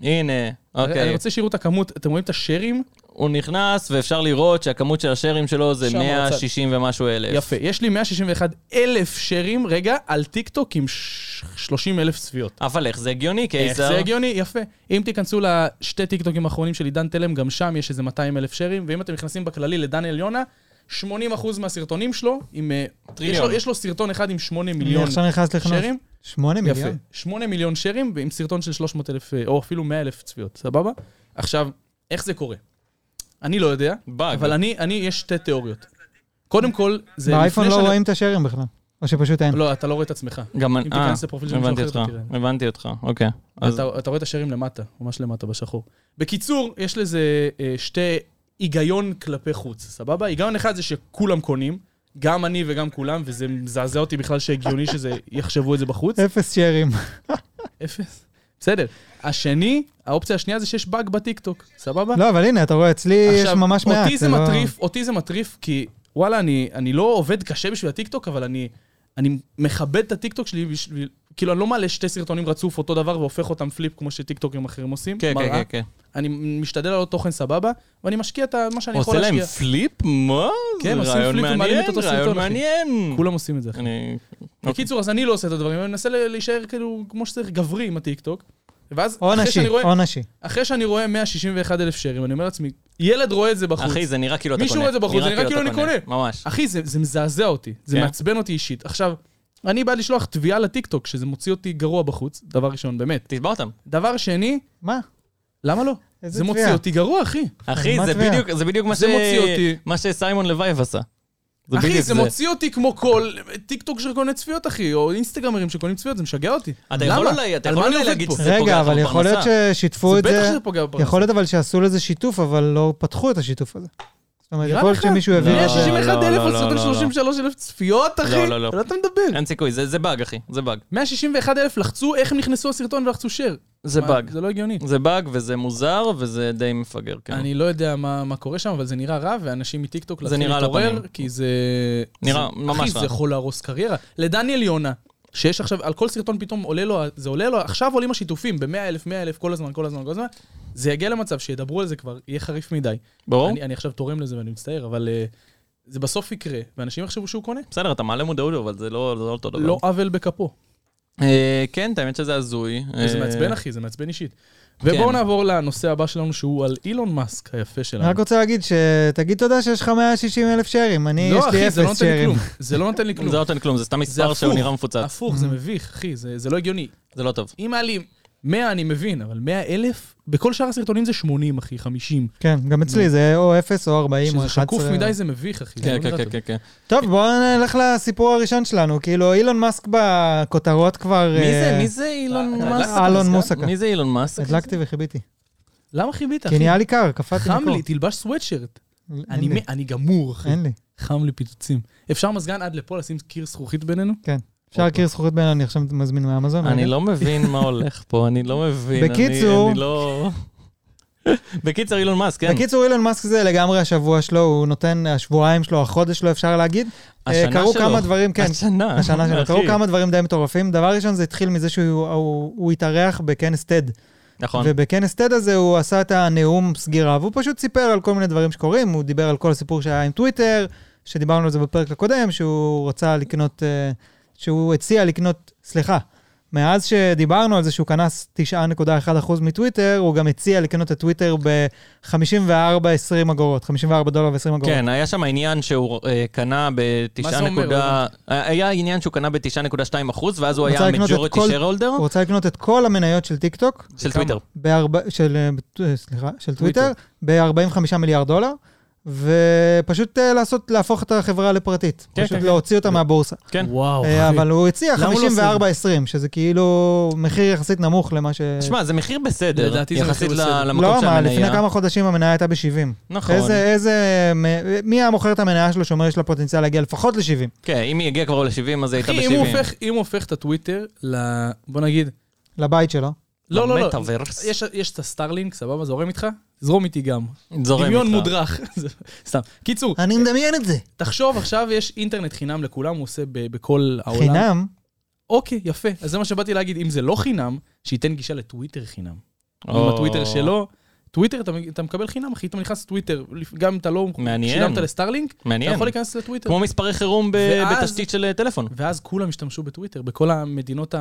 הנה, אני אוקיי. רוצה שיראו את הכמות, אתם רואים את השרים? הוא נכנס, ואפשר לראות שהכמות של השארים שלו זה שם, 160 ומשהו אלף. יפה. יש לי 161 אלף שרים, רגע, על טיקטוק עם ש- 30 אלף צפיות. אבל איך זה הגיוני, איך קיסר? זה הגיוני? יפה. אם תיכנסו לשתי טיקטוקים האחרונים של עידן תלם, גם שם יש איזה 200 אלף שרים, ואם אתם נכנסים בכללי לדניאל יונה, 80% מהסרטונים שלו, עם... אה, יש טריליון. לו, יש לו סרטון אחד עם 8 אני מיליון עכשיו נכנס לכנות. שרים. שמונה יפה. מיליון? 8 מיליון שרים ועם סרטון של 300 אלף, אה, או אפילו 100 אלף צפיות, סבבה? עכשיו, איך זה קורה? אני לא יודע, באג. אבל אני, אני, יש שתי תיאוריות. קודם כל, זה לפני באייפון לא שאני- רואים את השארים בכלל. או שפשוט אין. לא, אתה לא רואה את עצמך. גם אם אני... אה, תיכנס לפרופיל של מישהו הבנתי אחר, אותך, אתה תראה. הבנתי אותך, אוקיי. אז אתה, אתה רואה את השערים למטה, ממש למטה בשחור. בקיצור, יש לזה אה, שתי היגיון כלפי חוץ, סבבה? היגיון אחד זה שכולם קונים, גם אני וגם כולם, וזה מזעזע אותי בכלל שהגיוני שזה, יחשבו את זה בחוץ. אפס שארים. אפס. בסדר. השני, האופציה השנייה זה שיש באג בטיקטוק, סבבה? לא, אבל הנה, אתה רואה, אצלי יש ממש מעט. אותי זה לא- מטריף, אותי זה מטריף, כי וואלה, אני, אני לא עובד קשה בשביל הטיקטוק, אבל אני, אני מכבד את הטיקטוק שלי בשביל... כאילו, אני לא מעלה שתי סרטונים רצוף אותו דבר והופך אותם פליפ כמו שטיקטוקים אחרים עושים. כן, כן, מראה. כן, כן. אני משתדל לעלות תוכן סבבה, ואני משקיע את ה- מה שאני יכול עושה להם להשקיע. פליפ? מה? כן, זה עושים רעיון פליפ ומעלים מעניין, את אותו סרטון, רעיון אחי. מעניין. כולם עושים את זה, אחי. אני... אוקיי. בקיצור, אז אני לא עושה את הדברים, אני מנסה ל- להישאר כאילו כמו שצריך גברי עם הטיקטוק. ואז או אחרי שאני נשי, רואה- או נשי. אחרי שאני רואה 161 אלף שרים, אני אומר לעצמי, ילד רואה את זה בחוץ. אחי, זה נראה כאילו אתה קונה. מישהו רואה את זה בחוץ, זה נראה כאילו אתה אני ממש. אחי, זה, זה מזעזע אותי, זה כן. מעצבן אותי אישית. עכשיו, אני בעד לשלוח תביעה לטיקטוק, שזה מוציא אותי גרוע בחוץ, דבר ראשון, באמת. תתבע אותם. דבר שני, מה? למה לא? איזה זה מוציא תביעה? אותי גרוע, אחי. אחי, מה זה התביעה? בדיוק- זה בדיוק מה זה ש- מוציא אותי. מה שסיימון לוייב עשה. זה אחי, בדיוק זה מוציא אותי כמו כל טיקטוק שקונה צפיות, אחי, או אינסטגרמרים שקונים צפיות, זה משגע אותי. אתה יכול למה? אולי- אתה על יכול מה אני אולי עובד להגיד פה? שזה- פוגע רגע, לך אבל יכול להיות בפרנסה. ששיתפו את זה בטח זה. שזה פוגע בפרנסה. יכול להיות אבל שעשו לזה שיתוף, אבל לא פתחו את השיתוף הזה. זאת אומרת, נראה יכול להיות לך? שמישהו הביא... לא, את זה. 161 אלף לא, לא, על לא, לא. 33 אלף צפיות, אחי? לא, לא, לא. על מה אתה מדבר? אין סיכוי, זה זה באג, אחי. זה באג. 161 אלף לחצו, איך הם נכנסו לסרטון ולחצו share? זה מה, באג. זה לא הגיוני. זה באג וזה מוזר וזה די מפגר, כן. אני לא יודע מה מה קורה שם, אבל זה נראה רע, ואנשים מטיקטוק זה להתחיל נראה על להתעורר, הפנים. כי זה... נראה זה- ממש אחי, רע. זה יכול להרוס קריירה. לדניאל יונה, שיש עכשיו, על כל סרטון פתאום עולה לו, זה עולה לו, עכשיו עולים השיתופים, ב-100 אלף, 100 אלף, כל הזמן, כל הזמן, כל הזמן. זה יגיע למצב שידברו על זה כבר, יהיה חריף מדי. ברור? אני, אני עכשיו תורם לזה ואני מצטער, אבל אה, זה בסוף יקרה, ואנשים יחשבו שהוא קונה. בסדר, אתה מעלה מודעות, אבל זה לא זה לא אותו דבר. לא עוול בכפו. אה, כן, את האמת שזה הזוי. זה אה, כן. מעצבן, אחי, זה מעצבן אישית. ובואו נעבור לנושא הבא שלנו, שהוא על אילון מאסק היפה אני שלנו. רק רוצה להגיד שתגיד תודה שיש לך 160 אלף שרים, אני לא, יש לי אחי, זה לא אפס נותן לי שרים. כלום. זה לא נותן לי כלום. זה לא נותן כלום, זה סתם זה מספר הפוך. Mm. שהוא נראה מפוצץ. הפוך, זה מביך, אחי, זה זה לא הגיוני. זה לא טוב. אם היה לי 100 אני מבין, אבל 100 אלף, בכל שאר הסרטונים זה 80, אחי, 50. כן, גם אצלי זה או 0 או 40 או שזה 11. שקוף מדי זה מביך, אחי. כן, אני לא כן, יודע, כן, כן, כן. טוב, בואו נלך לסיפור הראשון שלנו. כאילו, אילון מאסק בכותרות כבר... מי זה, אה, מי זה אילון אתה מאסק? הדלקת אלון מוסקה. מי זה אילון מאסק? הדלקתי וחיביתי. למה חיבית, אחי? כי נהיה כן, לי כן, קר, קפאתי חם מקור. לי, תלבש סוואטשרט. אין אני לי, מ- אני גמור, אחי. אין לי. חם לי פיצוצים. אפשר מזגן עד לפה לשים קיר זכוכית בינינו? אפשר אוקיי. להכיר זכוכית בין, אני עכשיו מזמין אוקיי? מאמזון. אני לא מבין מה הולך פה, אני לא מבין. אני- בקיצור- אני לא... בקיצור, אילון מאסק, כן. בקיצור, אילון מאסק זה לגמרי השבוע שלו, הוא נותן, השבועיים שלו, החודש שלו, אפשר להגיד. אה, השנה קרו שלו. כמה דברים, כן, השנה. השנה שלו, אחי. קרו כמה דברים די מטורפים. דבר ראשון, זה התחיל מזה שהוא הוא- הוא התארח בכנס TED. נכון. ובכנס TED הזה הוא עשה את הנאום סגירה, והוא פשוט סיפר על כל מיני דברים שקורים, הוא דיבר על כל הסיפור שהיה עם טוויטר, שדיברנו על זה בפרק הקודם, שהוא רצה לקנות, אה, שהוא הציע לקנות, סליחה, מאז שדיברנו על זה שהוא קנה 9.1% מטוויטר, הוא גם הציע לקנות את טוויטר ב-54.20 אגורות, 54 דולר ו-20 אגורות. כן, היה שם עניין שהוא אה, קנה ב-9 מה זה אומר? נקודה... אה, היה עניין שהוא קנה ב-9.2 אחוז, ואז הוא היה רצה לקנות את majority כל- shareholder הוא רצה לקנות את כל המניות של טיק טוק, של טוויטר. בארבע, של, אה, בט- אה, סליחה, של טוויטר, ב-45 מיליארד דולר, ופשוט אה, לעשות, להפוך את החברה לפרטית. כן, פשוט כן, להוציא אותה מהבורסה. כן. וואו, אה, אחי. אבל הוא הציע למה הוא לא עושה את זה? 54.20, שזה כאילו מחיר יחסית נמוך למה ש... תשמע, זה מחיר בסדר, לדעתי זה יחסית מחיר ל- בסדר. למקום אה, לא, של מה, לפני המניה. כמה חודשים המניה הייתה ב-70. נכון. איזה, איזה, מ- מי היה מוכר את המניה שלו שאומר יש לה פוטנציאל להגיע לפחות ל-70? כן, אם היא הגיעה כבר ל-70, אז היא הייתה אחי, אם הוא ב-70. הופך- אם הוא הופך את הטוויטר ל... בוא נגיד... לבית שלו. לא, לא, לא. למטאוורס. יש- יש את הסטארלינק, סבבה? זורם איתך? זרום איתי גם. זורם דמיון איתך. מודרך. זה- סתם. קיצור, אה, אני מדמיין את זה. תחשוב, עכשיו יש אינטרנט חינם לכולם, הוא עושה ב- בכל העולם. חינם? אוקיי, יפה. אז זה מה שבאתי להגיד, אם זה לא חינם, שייתן גישה לטוויטר חינם. או. או... עם הטוויטר שלו. טוויטר, אתה, אתה מקבל חינם, אחי, אתה נכנס לטוויטר, לפ- גם אם אתה לא מעניין. שילמת לסטארלינק, אתה מעניין. יכול להיכנס לטוויטר. כמו מספרי חירום ב- ואז- בתשתית של אה, טלפון. ואז כולם השתמשו בטוויטר, בכל המדינות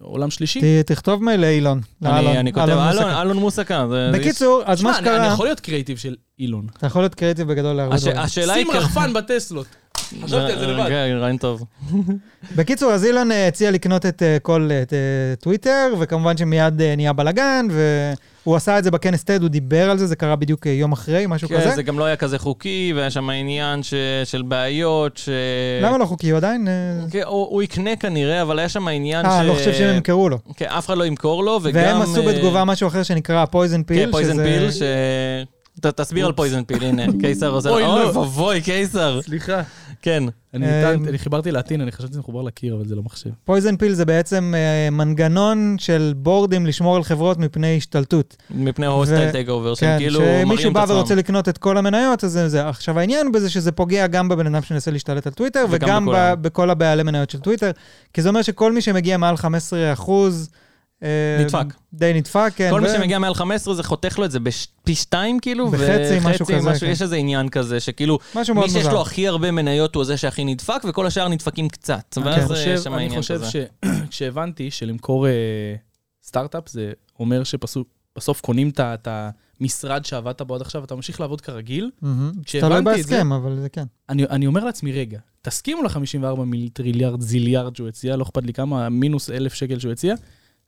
העולם שלישי. ת- תכתוב מייל לאילון. לאלון, כן. אני אני כותב, אלון אלון, אה, מוסקה. אלון מוסקה. זה- זה איש- בקיצור, אז תשמע, מה אני- אני שקרה, יכול להיות קריאיטיב של אילון. אתה יכול להיות קריאיטיב בגדול להרבה הש- דברים. השאלה היא... שים רחפן בטסלות. חשבתי על זה לבד. כן, רעיון טוב. בקיצור, אז אילון אה, הציע לקנות את אה, כל את, אה, טוויטר, וכמובן שמיד אה, נהיה בלאגן, והוא עשה את זה בכנס TED, הוא דיבר על זה, זה קרה בדיוק אה, יום אחרי, משהו כן, כזה. זה גם לא היה כזה חוקי, והיה שם עניין ש- של בעיות, ש... למה לא חוקי? הוא עדיין... אה, כן, הוא הוא יקנה כנראה, אבל היה שם עניין ש... אה, אני לא חושב שהם ימכרו לו. כן, אף אחד לא ימכור לו, וגם... והם עשו אה, בתגובה משהו אחר שנקרא פויזן פיל. כן, פויזן שזה- פיל, ש... ת- תסביר על פויזן פיל, הנה, קיסר עוזר. אוי, אוי לא. ואבוי, קיסר. סליחה. כן. אני אה, ניתן- אני חיברתי לעטין, אני חשבתי שזה מחובר לקיר, אבל זה לא מחשב. פויזן פיל זה בעצם אה, מנגנון של בורדים לשמור על חברות מפני השתלטות. מפני הוסטייל טייק אובר, שהם כאילו מראים כן, שמישהו את בא ורוצה עצמם. לקנות את כל המניות, אז זה, זה. עכשיו העניין בזה שזה פוגע גם בבן אדם שמנסה להשתלט על טוויטר, וגם וגם בכל ב, ה- בכל הבעלי מניות של טוויטר, כי זה אומר שכל מי שמגיע מעל 15 אחוז... אה, נדפק. די נדפק, כן. כל מי ו- שמגיע מעל 15 זה חותך לו את זה בש- פי שתיים כאילו, בחצי, משהו וחצי, כזה, כן. יש איזה עניין כזה, שכאילו, משהו מאוד מי שיש מוזר. לו הכי הרבה מניות הוא זה שהכי נדפק, וכל השאר נדפקים קצת. כן. אני ואז אה, חושב, יש שם אני עניין חושב כזה. שכשהבנתי שלמכור אה, סטארט-אפ זה אומר שבסוף קונים את ה- את המשרד שעבדת בו עד עכשיו, אתה ממשיך לעבוד כרגיל. מהמם. כשהבנתי תלוי את בהסכם, אבל זה כן. אני, אני אומר לעצמי, רגע, תסכימו ל-54 מיליארד זיליארד שהוא הציע, לא אכפת לי כמה, מינוס אלף שקל שהוא הציע,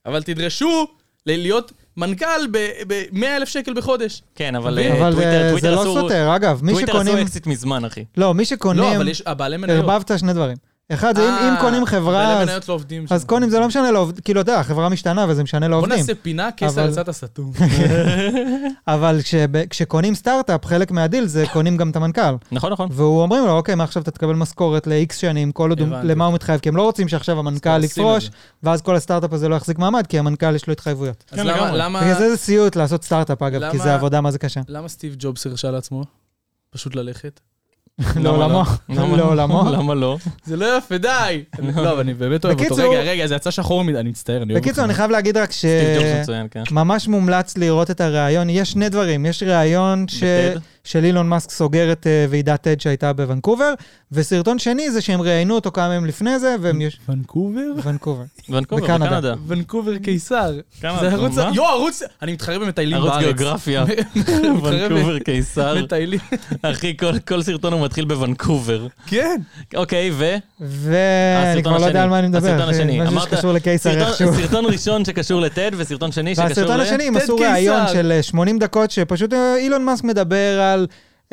אבל תדרשו ל- להיות מנכ"ל ב-100 אלף שקל בחודש. לא, כן, אבל אה, אבל טוויטר, אה, זה טוויטר לא עשו... סותר, אגב, מי טוויטר עשו שקונים... אקזיט מזמן, אחי. לא, מי לא, שקונים... אבל יש הבעלי מניות. ערבבת שני דברים. אחד, זה אם- אה, אם קונים חברה, בעלי אז- מניות לא עובדים. אז שם. קונים זה לא משנה לעובדים, כאילו, אתה יודע, החברה משתנה וזה משנה בוא לעובדים. נעשה פינה, כסר אבל- כן, יצאת סתום. אבל כשב- כשקונים סטארט-אפ, חלק מהדיל זה קונים גם את המנכ"ל. נכון, נכון. והוא אומרים לו, אוקיי, מעכשיו אתה תקבל משכורת ל-X שנים, כל עוד הוא- הבנתי. למה הוא מתחייב, כי הם לא רוצים שעכשיו כבר המנכ"ל עושים יפרוש, את זה. ואז כל הסטארט-אפ הזה לא יחזיק מעמד, כי המנכ"ל יש לו התחייבויות. אז כן, למה- לגמרי. למה... בגלל זה זה סיוט לעשות סטארט-אפ, אגב, כי למה- זה עבודה מה זה קשה. למה סטיב ג'ובס הרשה לעצמו? פשוט ללכת. לעולמו. למה לא? לעולמו. למה לא? זה לא יפה, די! אני- לא, אבל אני באמת אוהב אותו. בקיצור- רגע, רגע, זה יצא שחור מדי, אני מצטער, אני אוהב אותך. בקיצור, אני חייב להגיד רק ש... סטיב ג'ובס מצוין, כן. ממש מומלץ לראות את הריאיון. יש שני דברים, יש ריאיון ש... בטד? של אילון מאסק סוגר את אה, ועידת TED שהייתה בוונקובר, וסרטון שני זה שהם ראיינו אותו כמה ימים לפני זה, והם יש... ונקובר? בוונקובר. ונקובר, בקנדה. בקנדה. ונקובר קיסר. כמה- זה ערוץ... מה? יואו, ערוץ... אני מתחרה במטיילים בארץ. ערוץ גיאוגרפיה, ונקובר קיסר. מטיילים. אחי, כל- כל סרטון הוא מתחיל בוונקובר. כן. אוקיי, ו? ואני הסרטון כבר לא יודע השני. על מה אני מדבר. הסרטון אחי. השני. משהו אמרת- שקשור לקיסר סרטון- איכשהו. סרטון ראשון שקשור לטד, וסרטון שני שקשור ל... והסרטון השני הם טד עשו קיסר. ראיון של אה, 80 דקות, שפשוט אה, אילון מאסק מדבר על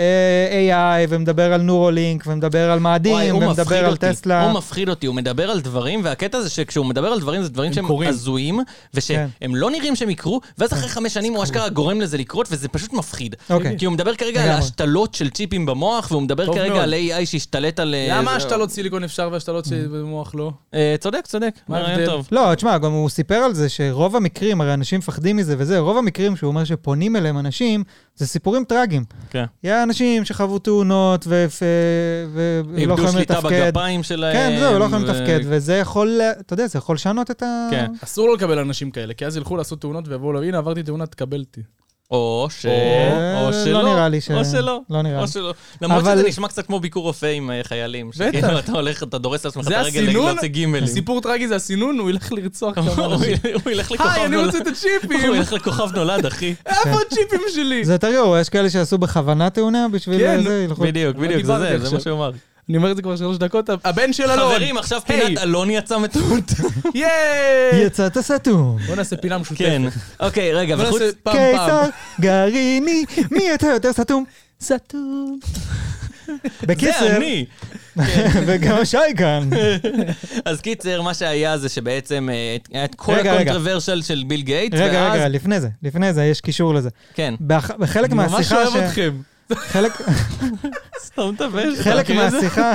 אה, AI, ומדבר על נורולינק, ומדבר על וואי, מאדים, הוא מפחיד ומדבר על אותי. טסלה. הוא מפחיד אותי, הוא מדבר על דברים, והקטע זה שכשהוא מדבר על דברים, זה דברים הם שהם קורים. הזויים, כן. ושהם לא נראים שהם יקרו, ואז אחרי חמש שנים הוא אשכרה גורם לזה לקרות, וזה פשוט מפחיד. אוקיי. כי הוא מדבר כרגע על לגמרי. ההשתלות של צ'יפים במוח, והוא מדבר טוב כרגע מאוד. על AI שהשתלט על... אה, למה זה- השתלות סיליקון אפשר והשתלות במוח לא? אה, צודק, צודק. מה רעיון ההבדל? טוב. לא, תשמע, גם הוא סיפר על זה שרוב המקרים, הרי אנשים מפחדים מזה וזה, רוב המקרים שהוא אומר שפונים אליהם אנשים, זה סיפורים טרגיים. כן. היה אנשים שחוו תאונות ו- ו- ולא איבדו לא יכולים שליטה לתפקד. בגפיים שלהם. כן, זהו, לא יכולים ו- לתפקד, וזה יכול, אתה יודע, זה יכול לשנות את ה... אה, כן. אסור לו לקבל אנשים כאלה, כי אז ילכו לעשות תאונות ויבואו לו, הנה עברתי תאונה, תקבל אותי. או ש... אה, או שלא. לא נראה לי ש... או שלא. לא נראה כן. או לי. שלא. למרות אבל- שזה נשמע קצת כמו ביקור רופא עם אה, חיילים. שכאילו אתה הולך, אתה דורס לעצמך את זה הרגל הסינון? להוציא כן. גימלים. סיפור טרגי זה הסינון, הוא ילך לרצוח כמה הוא אנשים. הוא ילך היי, לכוכב אני נולד. רוצה את הצ'יפים! הוא ילך לכוכב נולד, אחי. איפה הצ'יפים שלי? זה יותר גרוע, יש כאלה שעשו בכוונה תאונה בשביל כן, זה, ילכו... בדיוק, אבל בדיוק, זה זה, דיברתי זה עכשיו. מה שהוא אמר. אני אומר את זה כבר שלוש דקות, הבן של אלון! חברים, עכשיו היי. פינת אלוני יצא מטוטו. ייי! יצאת סתום. בוא נעשה פינה משותפת. כן. אוקיי, רגע, בוא וחוץ... נעשה פעם קיסר פעם. גרעיני, מי אתה יותר סתום? סתום. בקיצר, זה אני. כן. וגם שי כאן. אז קיצר, מה שהיה זה שבעצם אה, היה את כל רגע, רגע. הקונטרוברשל של ביל גייטס, רגע, ואז... רגע, לפני זה, לפני זה, יש קישור לזה. כן. באח- בחלק אני ממש מהשיחה... אוהב ש- אתכם. חלק- סתום את הפה שלך. חלק מכיר את זה? מהשיחה...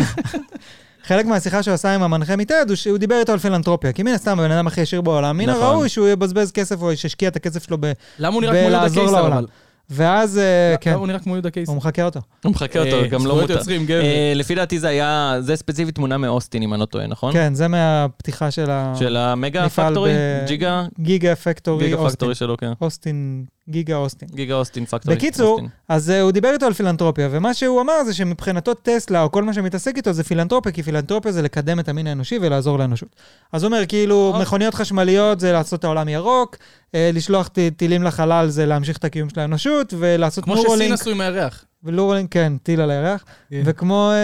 חלק מהשיחה שהוא עשה עם המנחה מטד, הוא שהוא דיבר איתו על פילנטרופיה, כי מן הסתם הבן אדם הכי עשיר בעולם, מן נכון. הראוי שהוא יבזבז כסף או שישקיע את הכסף שלו ב... למה הוא נראה כמו יהודה ולעזור קיסר? לעולם. אבל? ואז, אה, לא, כן, למה הוא נראה כמו יהודה קיסר? הוא מחקה אותו. הוא מחקה אותו, אה, גם לא זכויות מותר. יוצרים, גבר. אה, לפי דעתי זה היה, זה ספציפית תמונה מאוסטין, אם אני לא טועה, נכון? כן, זה מהפתיחה של ה... של המגה אה, מפעל פקטורי, ב- ג'יגה, גיגה פקטורי גיגה אוסטין. פקטורי שלו, כן. אוסטין, גיגה אוסטין. גיגה אוסטין פקטורי. בקיצור, אוסטין. אז אה, הוא דיבר איתו על פילנטרופיה, ומה שהוא אמר זה שמבחינתו טסלה, או כל מה שמתעסק איתו, זה פילנטרופיה, כי פילנטרופיה זה לקדם את המין האנושי ולעזור לאנושות. אז הוא אומר, כאילו, אוקיי. מכוניות חשמליות זה לעשות את העולם ירוק, אה, לשלוח ט- טילים לחלל זה להמשיך את הקיום של האנושות, ולעשות כמו שסין נורולינק, עשוי מהירח. ולורולינק, כן, טיל על הירח, כן. וכמו... אה,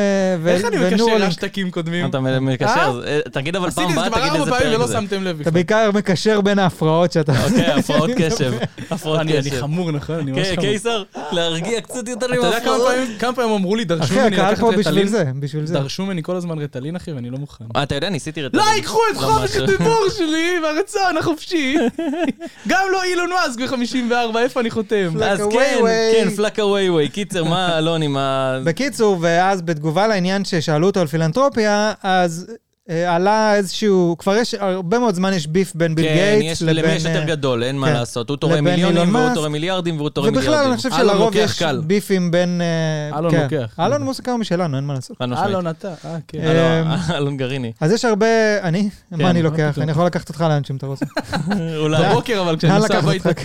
ו- איך אני מקשר ונורולינק. השתקים קודמים? אתה מ- מקשר, אה, תגיד אבל פעם עשיתי את זה הבאה, כבר תגיד איזה ארבע פעמים פרק ולא זה. שמתם לב אתה בכלל. בעיקר מקשר בין ההפרעות שאתה... אוקיי, הפרעות קשב. הפרעות אני אני קשב. חמור, נכון? אני ממש כן, חמור. קיסר, להרגיע קצת יותר עם אתה יודע כמה ההפרעות. פעמים- כמה פעמים אמרו לי, דרשו אחי, ממני הקהל לקחת פה בשביל רטלין? זה, בשביל זה. דרשו ממני כל הזמן רטלין, אחי, ואני לא מוכן. אה, אתה יודע, ניסיתי רטלין. לא ייקחו את לא חופש משהו. הדיבור שלי והרצון החופשי. גם לא אילון מאסק ב-54, איפה אני חותם? פלאק אז away כן, way. כן, פלאק אווי ווי. קיצר, מה אלון עם ה... בקיצור, ואז בתגובה לעניין ששאלו אותו על פילנטרופיה, אז אה, עלה איזשהו, כבר יש, הרבה מאוד זמן יש ביף בין ביל כן, גייטס יש, למי יש יותר אה, גדול, אין מה כן. לעשות. הוא תורם לבין אילון מיליונים, והוא מאסק. תורם מיליארדים, והוא תורם מיליארדים. ובכלל, אני חושב אלון שלרוב לוקח יש קל. ביפים בין... אה, אלון כן. לוקח. אלון מוסיקה משלנו, אין מה לעשות. חד משמעית. אלון אתה, אה, כן. אה, אלון- אלון גרעיני. אז יש הרבה... אני? מה אוקיי, אני מה לוקח? פתאום? אני יכול לקחת אותך לאן שאם אתה רוצה. אולי. בבוקר אבל כשאני לאן נוסע לקחת הביתה. אותך?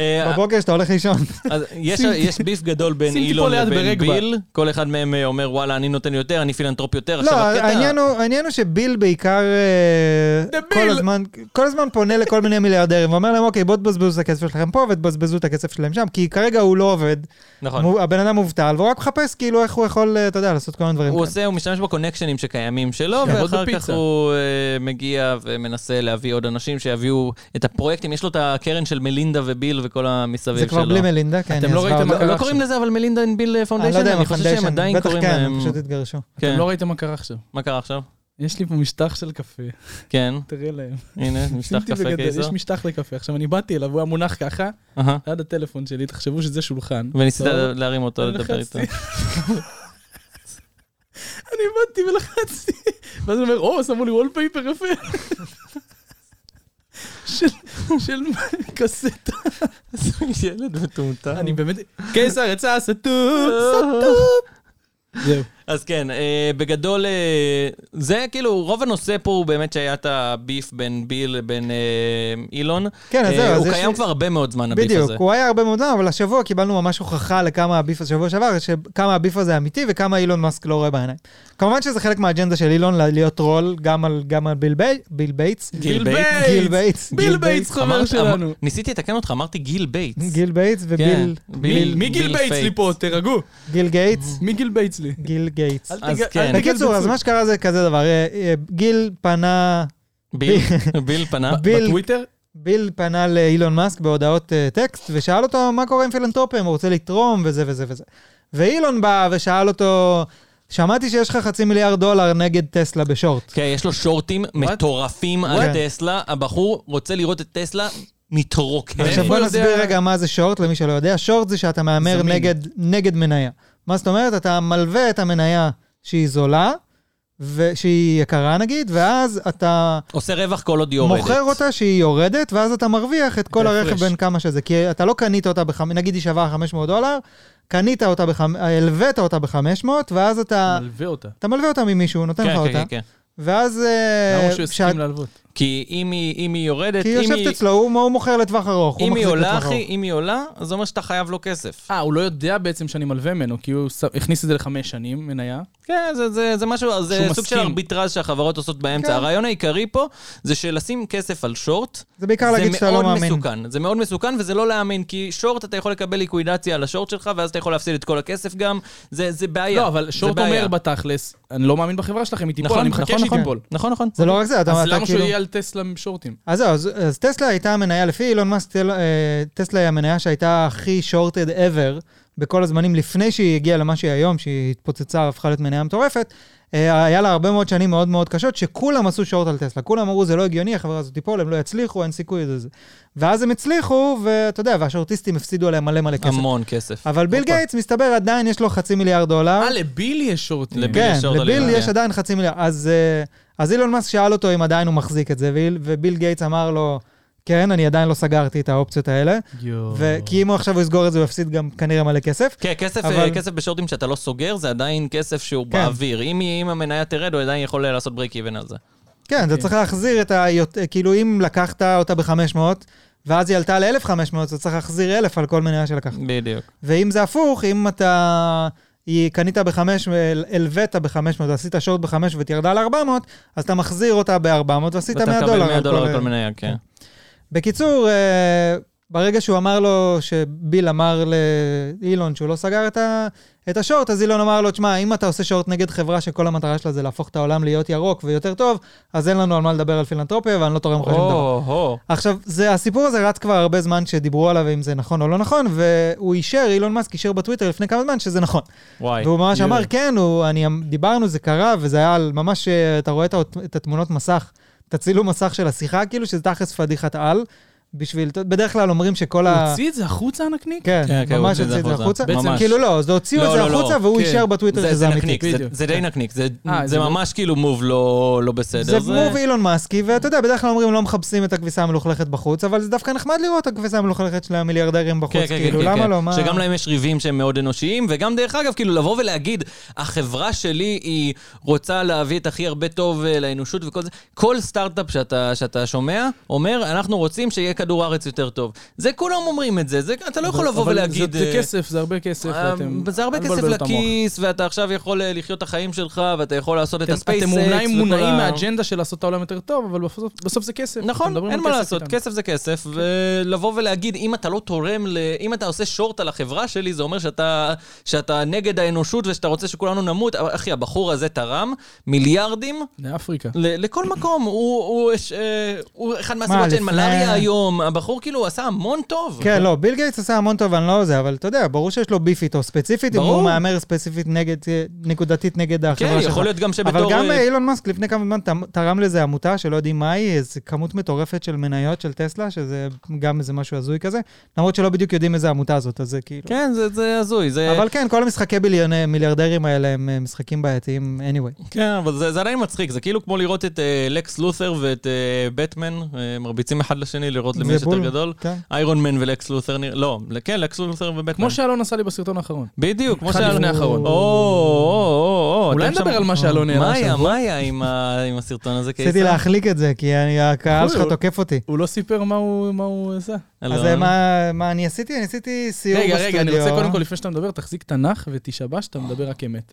אה, בבוקר שאתה הולך לישון. אז יש- שים- יש ביף גדול בין שים טיפול אילון ליד לבין ברגבה. ביל. כל אחד מהם אה, אומר, וואלה, אני נותן יותר, אני פילנטרופ יותר. לא, עכשיו הקטע... העניין הוא- העניין הוא שביל בעיקר אה, דביל. כל הזמן, כל הזמן פונה לכל מיני מיליארדרים ואומר להם, אוקיי, בואו תבזבזו את הכסף שלכם פה ותבזבזו את הכסף שלהם שם, כי כרגע הוא לא עובד, נכון. מו- הבן אדם מובטל, והוא רק מחפש כאילו איך הוא יכול, אה, אתה יודע, לעשות כל מיני דברים. הוא כאלה. עושה, הוא משתמש בקונקשנים שקיימים שלו, שיעבוד ואחר כך בפיצה. הוא אה, מגיע ומנסה להביא עוד אנשים שיביאו את הפרויקטים. יש לו את הקרן של מלינדה וביל וכל המסביב שלו. זה כבר בלי מלינדה, כן. אתם היא לא עזבה ראיתם אותה. מה קרה לא קוראים לזה עכשיו. אבל מלינדה אנד ביל אני לא פאונדיישן, יודע אם אני חושב שהם הפונדיישן, עדיין בטח קוראים כן, הם להם... פשוט התגרשו. כן. לא ראיתם מה קרה עכשיו. מה קרה עכשיו? יש לי פה משטח של קפה, כן, תראה להם. הנה, משטח שמתי קפה בגדול, קיסר. יש משטח לקפה. עכשיו, אני באתי אליו, הוא היה מונח ככה, אהה. ליד הטלפון שלי, תחשבו שזה שולחן. וניסית לא, להרים אותו, אני לדבר איתו. לחצתי. אני באתי ולחצתי, ואז הוא אומר, או, שמו לי וולפייפר יפה. של- של קסטה. ילד מטומטם. אני באמת... קיסר יצא סתום, סתום. זהו. אז כן, אה, בגדול, אה, זה כאילו, רוב הנושא פה הוא באמת שהיה את הביף בין ביל לבין אה, אילון. כן, אז אה, זהו, אז הוא יש קיים לי- כבר הרבה מאוד זמן, הביף הזה. בדיוק, הוא היה הרבה מאוד זמן, אבל השבוע קיבלנו ממש הוכחה לכמה הביף, השבוע שעבר, שכמה הביף הזה אמיתי וכמה אילון מאסק לא רואה בעיניים. כמובן שזה חלק מהאג'נדה של אילון, ל- להיות טרול גם על, גם על ביל, בי, ביל בייטס. גיל בייטס. גיל בייטס. ביל בייטס חבר אמרת- שלנו. אמר- ניסיתי לתקן אותך, אמרתי גיל בייטס. גיל בייטס וביל, כן, מי- מי ביל גיל בייטס לי פייטס. פה? תירגעו. גיל גייטס, מי גיל בייטס לי? גיל גייטס. אל אז תיג- אל כן. תיגע בקיצור, אז בצור. מה שקרה זה כזה דבר, אה, אה, גיל פנה, ביל, ביל פנה. ב- ביל- בטוויטר? ביל פנה לאילון מאסק בהודעות אה, טקסט, ושאל אותו מה קורה עם פילנטרופיה, אם הוא רוצה לתרום וזה וזה וזה. ואילון בא ושאל אותו, שמעתי שיש לך חצי מיליארד דולר נגד טסלה בשורט. כן, יש לו שורטים מטורפים על What? טסלה, הבחור רוצה לראות את טסלה מתרוקן. עכשיו, עכשיו אני בוא יודע- נסביר רגע מה זה שורט, למי שלא יודע. שורט זה שאתה מהמר זמין. נגד, נגד מניה. מה זאת אומרת? אתה מלווה את המניה שהיא זולה, שהיא יקרה נגיד, ואז אתה עושה רווח כל עוד היא יורדת. מוכר אותה שהיא יורדת, ואז אתה מרוויח את כל את הרכב ההפרש. בין כמה שזה. כי אתה לא קנית אותה, בחמ... נגיד היא שווה 500 דולר, קנית אותה, בח... הלווית אותה ב-500, ואז אתה... מלווה אותה. אתה מלווה אותה ממישהו, הוא נותן כן, לך כן, אותה, כן, כן. ואז... אה, למה שהוא הסכים כשאת- להלוות? כי אם היא אם היא יורדת, כי היא אם יושבת היא- אצלו, הוא הוא מוכר לטווח ארוך. הוא אם היא מחזיק עולה, לטווח ארוך. אחי, אם היא עולה, אז זה אומר שאתה חייב לו כסף. אה, הוא לא יודע בעצם שאני מלווה ממנו, כי הוא ס- הכניס את זה לחמש שנים, מניה. כן, זה, זה, זה משהו, זה שהוא סוג של מסכים. ארביטראז' שהחברות עושות באמצע. כן. הרעיון העיקרי פה זה שלשים כסף על שורט, זה בעיקר זה להגיד שאתה לא מאוד מאמין. מסוכן. זה מאוד מסוכן וזה לא להאמין, כי שורט אתה יכול לקבל ליקווידציה על השורט שלך, ואז אתה יכול להפסיד את כל הכסף גם, זה, זה בעיה. לא, אבל זה שורט בעיה. אומר בתכלס, אני לא מאמין בחברה שלכם, היא נכון, תיפול, אני מחכה נכון, שהיא נכון. תיפול. נכון, נכון. זה לא רק זה, אתה אז אתה למה שהוא כאילו... יהיה על טסלה עם שורטים? אז זהו, אז, אז טסלה הייתה מניה, לפי אילון מאסק, טל- אה, טסלה היא המניה שהייתה הכי shorted ever בכל הזמנים, לפני שהיא הגיעה למה שהיא היום, שהיא התפוצצה, הפכה להיות מניה מטורפת. אה, היה לה הרבה מאוד שנים מאוד מאוד קשות, שכולם עשו שורט על טסלה. כולם אמרו, זה לא הגיוני, החברה הזאת תיפול, הם לא יצליחו, אין סיכוי לזה. ואז הם הצליחו, ואתה יודע, והשורטיסטים הפסידו עליהם מלא מלא כסף. המון כסף. אבל ביל הופה. גייטס, מסתבר, עדיין יש לו חצי מיליארד דולר. אה, לביל יש שורטים. לביל. כן, יש עוד לביל עלייה, יש כן. עדיין חצי מיליארד. אז, אה, אז אילון מאסק שאל אותו אם עדיין הוא מחזיק את זה, ואיל- וביל גייטס אמר לו, כן, אני עדיין לא סגרתי את האופציות האלה, יואו. ו- כי אם הוא עכשיו יסגור את זה, הוא יפסיד גם כנראה מלא כסף. כן, כסף, אבל- אבל... כסף בשורטים שאתה לא סוגר, זה עדיין כסף שהוא כן. באוויר. אם, היא- אם המניה תרד, הוא עדיין יכול לעשות ברייק איבן על זה. כן, אתה צריך להחזיר את ה... יות- כאילו, אם לקחת אותה ב-500, ואז היא עלתה ל-1,500, אז אתה צריך להחזיר 1,000 על כל מניה שלקחת. בדיוק. ואם זה הפוך, אם אתה... היא קנית ב-5, הלווית ב-500, עשית שורט ב-5 ותרדה ל-400, אז אתה מחזיר אותה ב-400 ועשית 100 ואתה דולר. מקבל 100 על דולר כל- על כל מניה, כן. בקיצור, אה, ברגע שהוא אמר לו, שביל אמר לאילון שהוא לא סגר את, ה, את השורט, אז אילון אמר לו, תשמע, אם אתה עושה שורט נגד חברה שכל המטרה שלה זה להפוך את העולם להיות ירוק ויותר טוב, אז אין לנו על מה לדבר על פילנטרופיה ואני לא תורם לך שום דבר. או, עכשיו, זה, הסיפור הזה רץ כבר הרבה זמן שדיברו עליו אם זה נכון או לא נכון, והוא אישר, אילון מאסק אישר בטוויטר לפני כמה זמן שזה נכון. וואי. והוא ממש יואו. אמר, כן, הוא, אני, דיברנו, זה קרה, וזה היה על ממש, אה, אתה רואה את, האות- את התמונות מסך, את הצילום מסך של השיחה, כאילו שזה תכלס פדיחת על, בשביל, אתה- בדרך כלל אומרים שכל הוא ה... הוציא את זה החוצה, הנקניק? כן, כן, כן, הוא ממש הוציא את זה החוצה. ממש. כאילו לא, אז הוציאו את לא, זה לא, לא, החוצה, והוא כן. אישר בטוויטר זה, שזה זה אמיתי. כן. נקניק, זה, בדיוק. זה די נקניק, זה, אה, זה זה- ממש כאילו מוב לא, זה לא בסדר. מוב אילון מאסקי, ואתה יודע, בדרך כלל אומרים לא מחפשים את הכביסה המלוכלכת בחוץ, אבל זה דווקא נחמד לראות את הכביסה המלוכלכת של המיליארדרים בחוץ, כן, כן, כאילו, כן, למה כן. לא? מה- שגם להם יש ריבים שהם מאוד אנושיים, וגם דרך אגב, כאילו לבוא ולהגיד, החברה שלי היא רוצה להביא את הכי הרבה טוב אה, לאנושות וכל זה, כל סטארט-אפ שאתה, שאתה שומע, אומר, אנחנו רוצים שיהיה כדור הארץ יותר טוב. זה כולם אומרים את זה, זה אתה לא יכול לבוא אבל ולהגיד... זה זה אה, כסף, זה הרבה כסף. אה, ואתם- זה הרבה אל כסף תבלבלו את המוח. לכיס, ואתה עכשיו יכול אה, לחיות את החיים שלך, ואתה יכול לעשות את אתם- הספייסקס. כן, אתם אולי וכל מונעים ה- מהאג'נדה של לעשות את העולם יותר טוב, אבל בסוף- בסוף זה כסף. אתם נכון, מדברים אין על מה כסף כן. לעשות, איתם. כסף זה כסף, ולבוא ולהגיד, אם אתה לא תורם, ל... אם אתה עושה שורט על החברה שלי, זה אומר שאתה, שאתה נגד האנושות ושאתה רוצה שכולנו נמות. אבל, אחי, הבחור הזה תרם מיליארדים לאפריקה. ל... לכל מקום. הוא, הוא, יש, אה, הוא אחד מהסיבות שאין לפני- מלאריה היום, הבחור כאילו עשה המון טוב. כן, לא, ביל גייטס עשה המון טוב, אני לא זה, אבל אתה יודע, ברור שיש לו ביף איתו ספציפית, אם ברור. הוא מהמר ספציפית נגד, נקודתית נגד החברה כן, שלך. יכול להיות גם שבתור... אבל גם אה, אה, אילון מאסק לפני כמה זמן ת- תרם לזה עמותה שלא יודעים מה היא, איזו כמות מטורפת של מניות של טסלה, שזה גם איזה משהו הזוי כזה, למרות שלא בדיוק יודעים איזה עמותה זאת, אז זה כאילו... כן, זה- זה הזוי. זה... אבל כן, כל המשחקי ביליוני- מיליארדרים האלה הם אה, משחקים בעייתיים anyway. כן, אבל זה, זה עדיין מצחיק, זה כאילו כמו לראות את אה, לקס לותר ואת אה, בטמן אה, מרביצים אחד לשני, לראות שמות למי זה יש יותר בול. גדול. כן. איירון מן ולקס לותר נראה... לא, כן, לקס לותר ובטמן. כמו שאלון עשה לי בסרטון האחרון. בדיוק, כמו אחד שאלון- לפני האחרון. או, או, או, או. אולי לא, אתם נדבר שם- על מה שאלון העלה מה היה, שם. מה היה עם ה- עם הסרטון הזה, רציתי קיסר? להחליק את זה, כי אני- הקהל שלך הוא- תוקף אותי. הוא לא סיפר מה הוא מה הוא עשה. אז אה, אלון. מה- מה אני עשיתי? אני עשיתי סיור רגע, בסטודיו. רגע, אני רוצה קודם כל, לפני שאתה מדבר, תחזיק תנ"ך ותשבע שאתה מדבר רק אמת.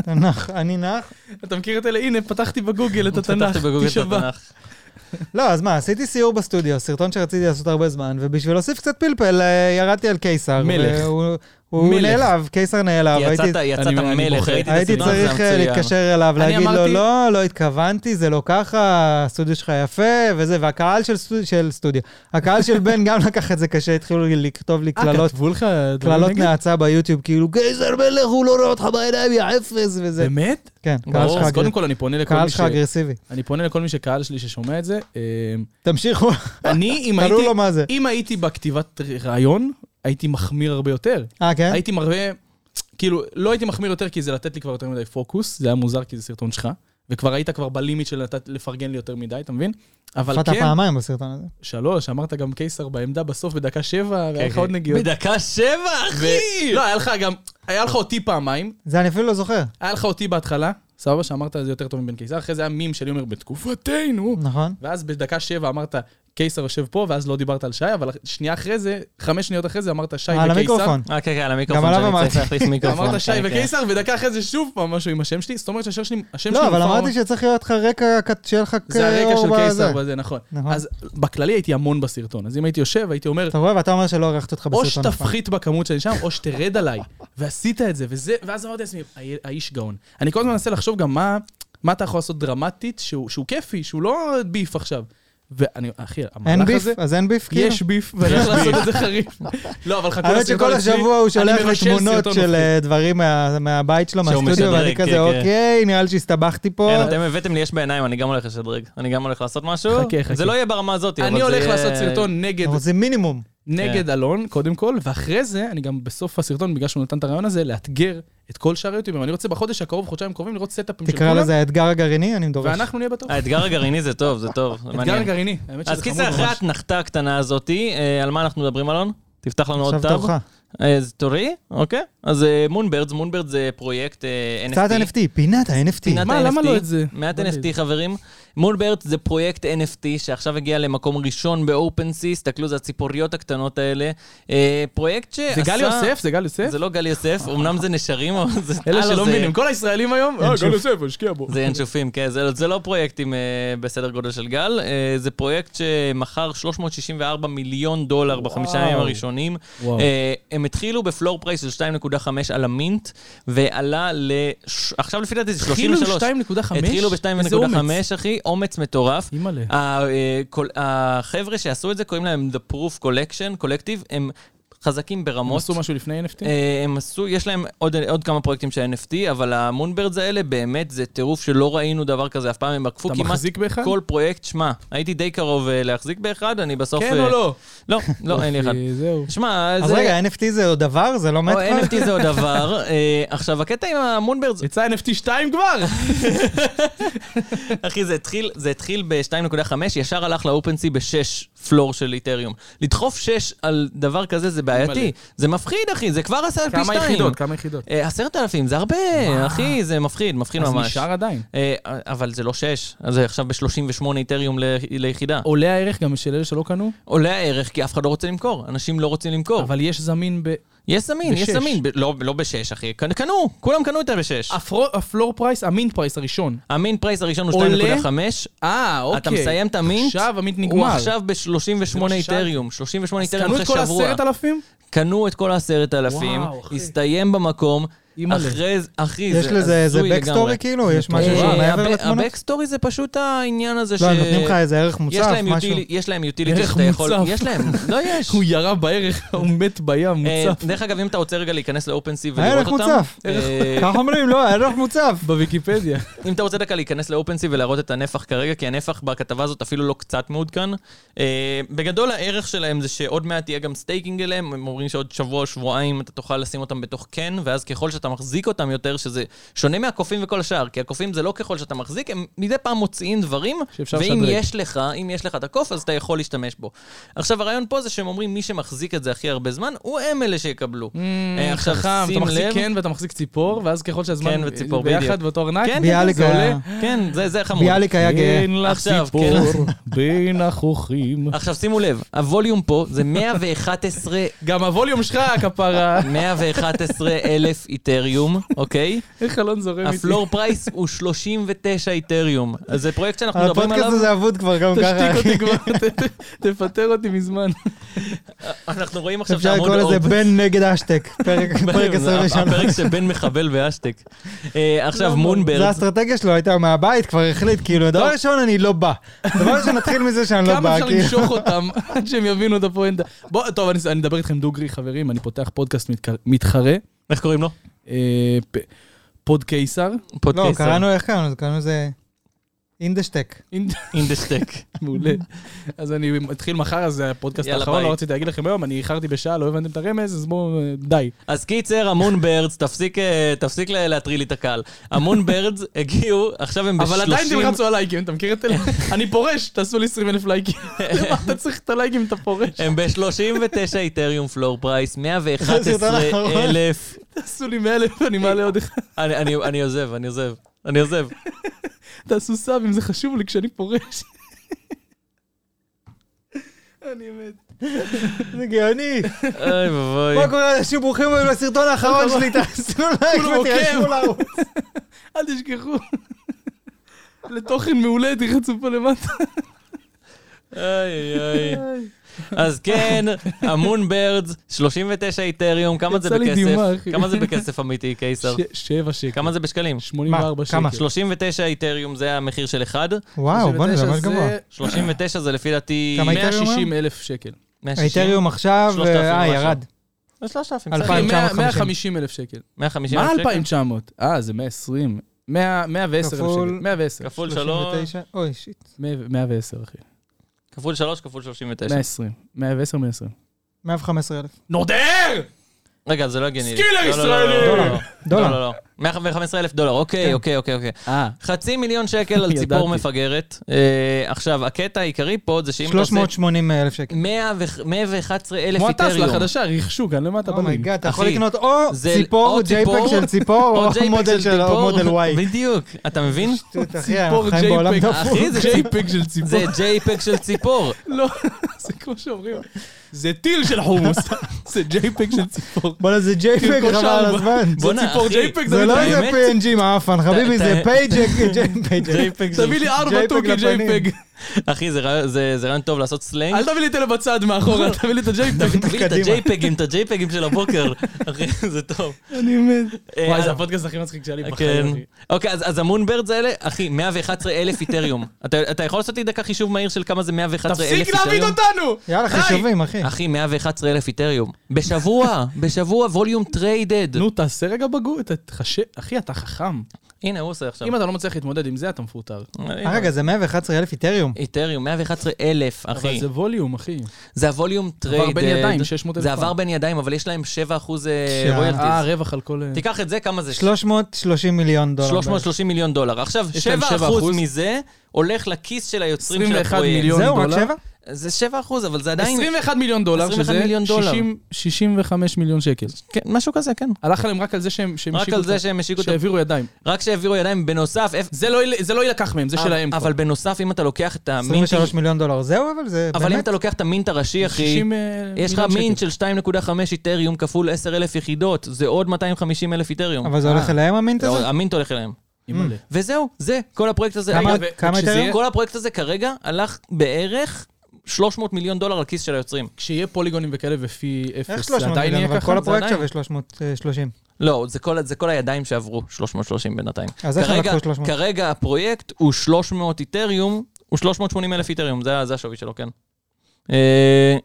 אתה נח, אני נח. אתה מכיר את אלה? הנה, פתחתי בגוגל את התנ"ך, פתחתי בגוגל את תשבע. התנ"ך. לא, אז מה, עשיתי סיור בסטודיו, סרטון שרציתי לעשות הרבה זמן, ובשביל להוסיף קצת פלפל, אה, ירדתי על קיסר. מלך. והוא- הוא מלך. נעלב, קיסר נעלב. יצאת- הייתי- יצאת אני- אני מלך, בוחר. ראיתי את הייתי הסרטון הזה צריך אה, מצוין. להתקשר אליו, אני להגיד לו, אמרתי- לא, לא התכוונתי, זה לא ככה, הסטודיו שלך יפה, וזה, והקהל של סטודיו, של סטודיו, הקהל של בן גם לקח את זה קשה, התחילו לכתוב לי אה, קללות, כתבו לך דברים קללות נגד? נאצה ביוטיוב, כאילו, קיסר מלך, הוא לא רואה אותך בעיניים, יא אפס, וזה. באמת? כן, קהל ברור, שלך אז קודם אגרסיבי. כל אני פונה לכל קהל מי ש... שלך אגרסיבי. אני פונה לכל מי שקהל שלי ששומע את זה. אמ, תמשיכו, אני, אם תראו הייתי... לו מה זה. אם הייתי בכתיבת רעיון, הייתי מחמיר הרבה יותר. אה, כן? הייתי מראה... כאילו, לא הייתי מחמיר יותר כי זה לתת לי כבר יותר מדי פוקוס, זה היה מוזר כי זה סרטון שלך, וכבר היית כבר בלימיט של לתת, לפרגן לי יותר מדי, אתה מבין? אבל הופעת כן, פעמיים בסרטון הזה. שלוש, אמרת גם קיסר בעמדה בסוף בדקה שבע, והיה לך עוד נגיעות. כן, בדקה שבע, אחי! לא, היה לך גם, היה לך אותי פעמיים, זה אני אפילו לא זוכר, היה לך אותי בהתחלה, סבבה שאמרת את זה יותר טוב מבן קיסר, אחרי זה היה מים שלי אומר, בתקופתנו. נכון? ואז בדקה שבע אמרת, קיסר יושב פה, ואז לא דיברת על שי, אבל שנייה אחרי זה, חמש שניות אחרי זה אמרת שי על וקיסר. המיקרופון. אה, כן, כן, על המיקרופון עליו שאני צריך אמרתי. להחליף מיקרופון. אמרת שי כן, כן. וקיסר, ודקה אחרי זה שוב פעם משהו עם השם שלי, זאת אומרת שהשם שלי, השם שלי לא, אבל מופע- אמרתי שצריך להיות לך רקע, כת- שיהיה לך זה הרקע כאור של קיסר בזה. בזה, נכון. נכון. אז בכללי הייתי המון בסרטון, אז אם הייתי יושב, הייתי אומר, אתה נכון. רואה, ואתה אומר שלא ערכת אותך או בסרטון. אף פעם. שתפחית בכמות שאני שם, או שתרד עליי. ועשית את זה, וזה, ואז אמרתי לעצמי, "הי- האיש גאון. אני כל הזמן מנסה לחשוב גם מה, מה אתה יכול לעשות דרמטית, שהוא, שהוא כיפי, שהוא לא ביף עכשיו. ואני, אחי, אין המהלך ביף? הזה, אז אין ביף? כאילו? יש ביף, ואני הולך לעשות את זה חריף. לא, אבל חכו האמת שכל השבוע הוא שולח לי תמונות של אה, דברים מה- מהבית שלו, שהוא מהסטודיו, משדרג, ואני כן, כזה, כן. אוקיי, נראה לי שהסתבכתי פה. כן, אתם הבאתם לי יש בעיניים, אני גם הולך לשדרג. אני גם הולך לעשות משהו. חכה, חכה. זה לא יהיה ברמה הזאת, אבל זה אני הולך יהיה- לעשות סרטון נגד אה, אבל זה כן. מינימום. נגד אלון, קודם כל, ואחרי זה, אני גם בסוף הסרטון, בגלל שהוא נתן את הרעיון הזה, לאתגר את כל שאר היוטיוברים. אני רוצה בחודש הקרוב, חודשיים קרובים, לראות סטאפים של תקרא כולם, לזה האתגר הגרעיני, אני דורש. ואנחנו נהיה בתוך. האתגר הגרעיני זה טוב, זה טוב. זה אתגר אה, מעניין. גרעיני, האמת שזה אז חמור קיצר, אחרי ממש. האתנחתה הקטנה הזאתי, אה, על מה אנחנו מדברים, אלון? תפתח לנו עוד עכשיו טאב. תורך. אה, זה תורי? אוקיי. אז מונברדס, מונברדס זה פרויקט אה, NFT. קצת NFT, פינת ה-NFT. פינת מה, ה-NFT. למה לא את זה? מעט לא NFT, יודע. חברים. מולברט זה פרויקט NFT שעכשיו הגיע למקום ראשון ב-OpenSea, תסתכלו, זה הציפוריות הקטנות האלה. אה, פרויקט שעשה... זה גל יוסף? זה גל יוסף? זה לא גל יוסף, אמנם זה נשרים, אבל זה... אלה הלו, שלא זה- מבינים, כל הישראלים היום, אה, גל יוסף, השקיע בו. זה ינשופים, כן, זה, זה לא פרויקטים אה, בסדר גודל של גל, אה, זה פרויקט שמכר 364 מיליון דולר בחמישה וואו. ימים הראשונים. וואו. אה, הם התחילו בפלור פרייס של 2.5 על המינט, ועלה ל... עכשיו לפי דעתי זה 33. התחילו 2.5? התחילו ב-2.5, אחי, אומץ מטורף. אימא'לה. ה- אה, כל- החבר'ה שעשו את זה, קוראים להם The Proof Collection, Collective, הם חזקים הם ברמות. עשו משהו לפני NFT? אה, הם עשו, יש להם עוד, עוד כמה פרויקטים של NFT, אבל המונברדס האלה באמת זה טירוף שלא ראינו דבר כזה אף פעם, הם עקפו אתה כמעט מחזיק באחד? כל פרויקט, שמע, הייתי די קרוב אה, להחזיק באחד, אני בסוף... כן אה, או לא? לא, לא, אין לי אחד. יופי, זהו. שמע, אז זה... רגע, NFT זה עוד דבר? זה לא מת או, כבר? NFT זה עוד דבר. אה, עכשיו, הקטע עם המונברדס, יצא NFT 2 כבר! אחי, זה התחיל, זה התחיל ב-2.5, ישר הלך לאופנסי ב-6 פלור של איתריום. לדחוף 6 על דבר כזה זה בעייתי. מלא. זה מפחיד, אחי, זה כבר עשה פי כמה 2. יחידות? כמה יחידות? אה, עשרת אלפים, זה הרבה, אחי, זה מפחיד, מפחיד אז ממש. נשאר עדיין. אה, אבל זה לא 6, אז זה עכשיו ב-38 איתריום ל- ליחידה. עולה הערך גם של אלה שלא קנו, עולה הערך כי אף אחד לא רוצה למכור, אנשים לא רוצים למכור. אבל יש זמין ב... יש זמין, יש בשש. זמין. ב- לא- לא ב-6, אחי, קנו- קנו, כולם קנו יותר ב-6. הפרו- הפלור פרייס, המינט פרייס הראשון. המין פרייס הראשון הוא עולה? 2.5. אה, אוקיי. אתה מסיים את המינט, עכשיו המינט הוא נגמר. עכשיו ב-38 למשל. איתריום, 38 אז איתריום קנו אחרי את כל שבוע. עשרת אלפים? קנו את כל העשרת אלפים, וואו, אחי. הסתיים במקום, אימא'לה. אחרי, זה- אחי, יש לזה איזה הזוי לגמרי. בקסטורי כאילו? יש משהו אה, מטורף. שמעבר הבק- לתמונות? הבקסטורי זה פשוט העניין הזה ש... לא, הם נותנים לך איזה ערך יש מוצף, להם משהו. יוטילי- יש להם יוטיליטי ערך שאתה יכול... מוצף. יש להם, לא יש. הוא ירה בערך, הוא מת בים, אה, מוצף. דרך אגב, אם אתה רוצה רגע להיכנס לאופנסי ולראות הערך אותם... אה, מוצף. אה, כך אומרים, לא, הערך מוצף. בוויקיפדיה. אם אתה רוצה דקה להיכנס לאופנסי ולהראות את הנפח כרגע, כי הנפח בכתבה הזאת אפילו לא קצת מעודכן. אה, בגדול הערך שלהם זה שעוד מעט יהיה גם סטייקינג אליהם, הם אומרים שעוד שבוע או שבועיים אתה תוכל לשים אותם בתוך קן, ואז ככל שאתה מחזיק אותם יותר, שזה שונה מהקופים וכל השאר, כי הקופים זה לא ככל שאתה מחזיק, הם מדי פעם מוציאים דברים, שאפשר ואם לשדרג. יש לך, אם יש לך את הקוף, אז אתה יכול להשתמש בו. עכשיו, הרעיון פה זה שהם אומרים, מי שמחזיק את זה הכי הרבה זמן, הוא הם אלה שיקבלו. אה, עכשיו, Mm, חכם, אתה שים מחזיק לב. קן ואתה מחזיק ציפור, ואז ככל שהזמן קן וציפור, ביחד בדיוק. ואותו ארנק, כן, ביאליק זה עולה. היה- כן, זה, זה חמור. ביאליק היה אה, גאה. אין לה עכשיו, ציפור כן. בין החוכים. עכשיו שימו לב, הווליום פה זה 111 גם הווליום שלך, כפרה. 111 אלף איתריום, אוקיי? איך אלון זורם איתי. הפלור פרייס הוא 39 איתריום. אז זה פרויקט שאנחנו מדברים הפודקאסט עליו, הזה אבוד כבר גם תשתיק ככה. אותי כבר, ת- ת- תפטר אותי מזמן. אנחנו רואים עכשיו אפשר שעמוד לקרוא לזה אופ. בן נגד אשטק, פרק פרק 23. הפרק שבין מחבל והשטק. אה, עכשיו לא, זה מונברד, האסטרטגיה שלו, הייתה מהבית, כבר החליט, כאילו, דבר ראשון, אני לא בא. דבר ראשון, נתחיל מזה שאני לא כמה בא, אפשר כאילו. למשוך אותם עד שהם יבינו את הפואנטה. בוא, טוב, אני- אני אדבר איתכם דוגרי, חברים, אני פותח פודקאסט מתק- מתחרה. איך קוראים לו? אה, פ- פוד קיסר. לא, פודקייסר. קראנו, איך קראנו לזה? קראנו לזה אינדשטק. אינד- אינדשטק. מעולה. אז אני מתחיל מחר, אז זה הפודקאסט יאללה, האחרון, ביי. לא רציתי להגיד לכם היום, אני איחרתי בשעה, לא הבנתם את הרמז, אז בואו, אה, די. אז קיצר, המונברדס, תפסיק, אה, תפסיק לה- להטריל לי את הקהל. המונברדס הגיעו, עכשיו הם אבל עדיין ב-30... תלחצו על לייקים, אתה מכיר את זה? אני פורש, תעשו לי 20 אלף לייקים. למה אתה צריך את הלייקים אם אתה פורש? הם ב-39 איתריום פלור פרייס, הסרטון 111 האחרון. אלף. תעשו לי 100 אלף, אני מעלה עוד אחד. אני- אני אני עוזב, אני עוזב. אני עוזב. תעשו סאב אם זה חשוב לי כשאני פורש. אני מת. זה גאוני. אוי ואבוי. מה קורה לאנשים ברוכים הבאים לסרטון האחרון שלי, תעשו לייק כולם ותירשמו עוקב. לערוץ. אל תשכחו. לתוכן מעולה, תלחצו פה למטה. אוי אוי. אז כן, המונברדס, 39 איתריום, כמה זה יצא לי בכסף? דמעה, אחי. כמה זה בכסף אמיתי, קיסר? ש- שבע שקל. כמה זה בשקלים? 84 מה? שקל. כמה? 39 איתריום זה המחיר של אחד, וואו, בוא'נה, זה 39 ממש זה גבוה. 39 זה לפי דעתי... כמה איתריום? 160 אלף שקל. 160? האיתריום עכשיו, 3,000 אה, משהו. ירד. 3,000, אלפיים. בסדר. 150 אלף שקל. 150 מה אלף שקל? 2,900? אה, זה 120. 100 110 אלף כפול- שקל. 110. כפול 3, 39. אוי, שיט. 110, אחי. כפול 3, כפול 39. 120. 110, 120. 115,000. נודר! רגע, זה לא הגיוני. סקילר לא, לא, לא, לא, ישראלי! לא, לא, לא. לא, דולר. לא, לא. 115 אלף דולר, אוקיי, אוקיי, אוקיי, אוקיי. אה, חצי מיליון שקל על ציפור ידעתי. מפגרת. אה, עכשיו, הקטע העיקרי פה זה שאם אתה עושה 380,000 שקל. 111 אלף כמו הטסלה איתריום. החדשה, רכשו כאן למטה בלינק. אומייגאד, אתה יכול אחי, לקנות או זה- ציפור, או JPEG ציפור, של ציפור, או JPEG או מודל של או ציפור. מודל Y. בדיוק, אתה מבין? שטות, אחי, ציפור אנחנו חיים בעולם JPEG. דפוק. אחי, זה- JPEG של ציפור. זה JPEG של ציפור. לא, זה כמו שאומרים. זה טיל של חומוס. זה JPEG של ציפור. בואנה, זה כאילו JPEG תרכוש חבל על ארבע. הזמן. בואנה, ציפור אחי, JPEG, זה לא איזה באמת? PNG מעפן, חביבי, אתה- זה פייג'ק, JPEG. תביא לי ארבע JPEG תוכים לפנים. JPEG. אחי, זה רעיון- זה זה רעיון טוב לעשות סלנג. אל תביא לי את אלה בצד מאחורה, תביא לי את ה-JPEG. תביא לי את קדימה. הג'ייפגים, את הג'ייפגים של הבוקר. אחי, זה טוב. אני מת. אה, וואי, אה, זה הפודקאסט הכי מצחיק שהיה לי כן. בחיים. אחי. אוקיי, אז אז המונברדס האלה, אחי, 111 אלף איתריום. אתה אתה יכול לעשות לי דקה חישוב מהיר של כמה זה 111 אלף איתריום? תפסיק להעמיד אותנו! יאללה, די. חישובים, אחי. אחי, 111 אלף איתריום. בשבוע, בשבוע ווליום טריידד. נו, תעשה רגע בגו, ת- תחשב, אחי, אתה חכם. הנה, הוא עושה עכשיו. אה, אם אתה לא מצליח להתמודד עם זה, אתה מפוטר. אה, רגע, זה 111,000 איתריום. איתריום, 111 אלף, אבל אחי. זה ווליום, אחי. זה הווליום טריידד. עבר בין ידיים, 600 אלף זה עבר בין ידיים, אבל יש להם 7% שעה. אה, רויאלטיז. רווח על כל... תיקח את זה, כמה זה? לא, 330 מיליון דולר. 330 מיליון דולר. עכשיו, יש להם 7% 7%? מזה הולך לכיס של היוצרים של 21 הפרויקט. מיליון זהו, רק דולר. שבע? זה 7%, אבל זה עדיין... 21 מיליון דולר, 21 שזה מיליון דולר. 60 65 מיליון שקל. כן, משהו כזה, כן. הלך עליהם רק על זה שהם... שהם רק השיקו על זה אותם, שהם השיקו אותם. שהעבירו ידיים. רק שהעבירו ידיים, בנוסף... אפ- זה לא יל- זה לא יילקח מהם, זה שלהם. אבל כבר. בנוסף, אם אתה לוקח את המינט... 23 מיליון דולר. זהו, אבל זה אבל אם באמת... אתה לוקח את המינט הראשי, אחי... 60, אה, יש לך מיליון מינט שקל. של 2.5 איתריום כפול 10,000 יחידות, זה עוד 250 אלף איתריום. אבל זה הולך אליהם המינט הזה? לא, המינט הולך אה, אליהם. אימא'לה. וזהו, זה, כל הפרויקט הזה. כמה- רגע, ו- כמה וכשזה איתריום? יהיה- כל הפרויקט הזה כרגע הלך בערך 300 מיליון דולר לכיס של היוצרים. כשיהיה פוליגונים וכאלה ופי איך אפס, זה 300 עדיין מיליון? יהיה אבל ככה? כל זה הפרויקט עדיין- שווה 330. לא, זה כל, זה כל הידיים שעברו, 330 בינתיים. אז איך הם כרגע- לקחו 300? כרגע הפרויקט הוא 300 איתריום, הוא 380 אלף איתריום, זה, זה השווי שלו, כן. אה,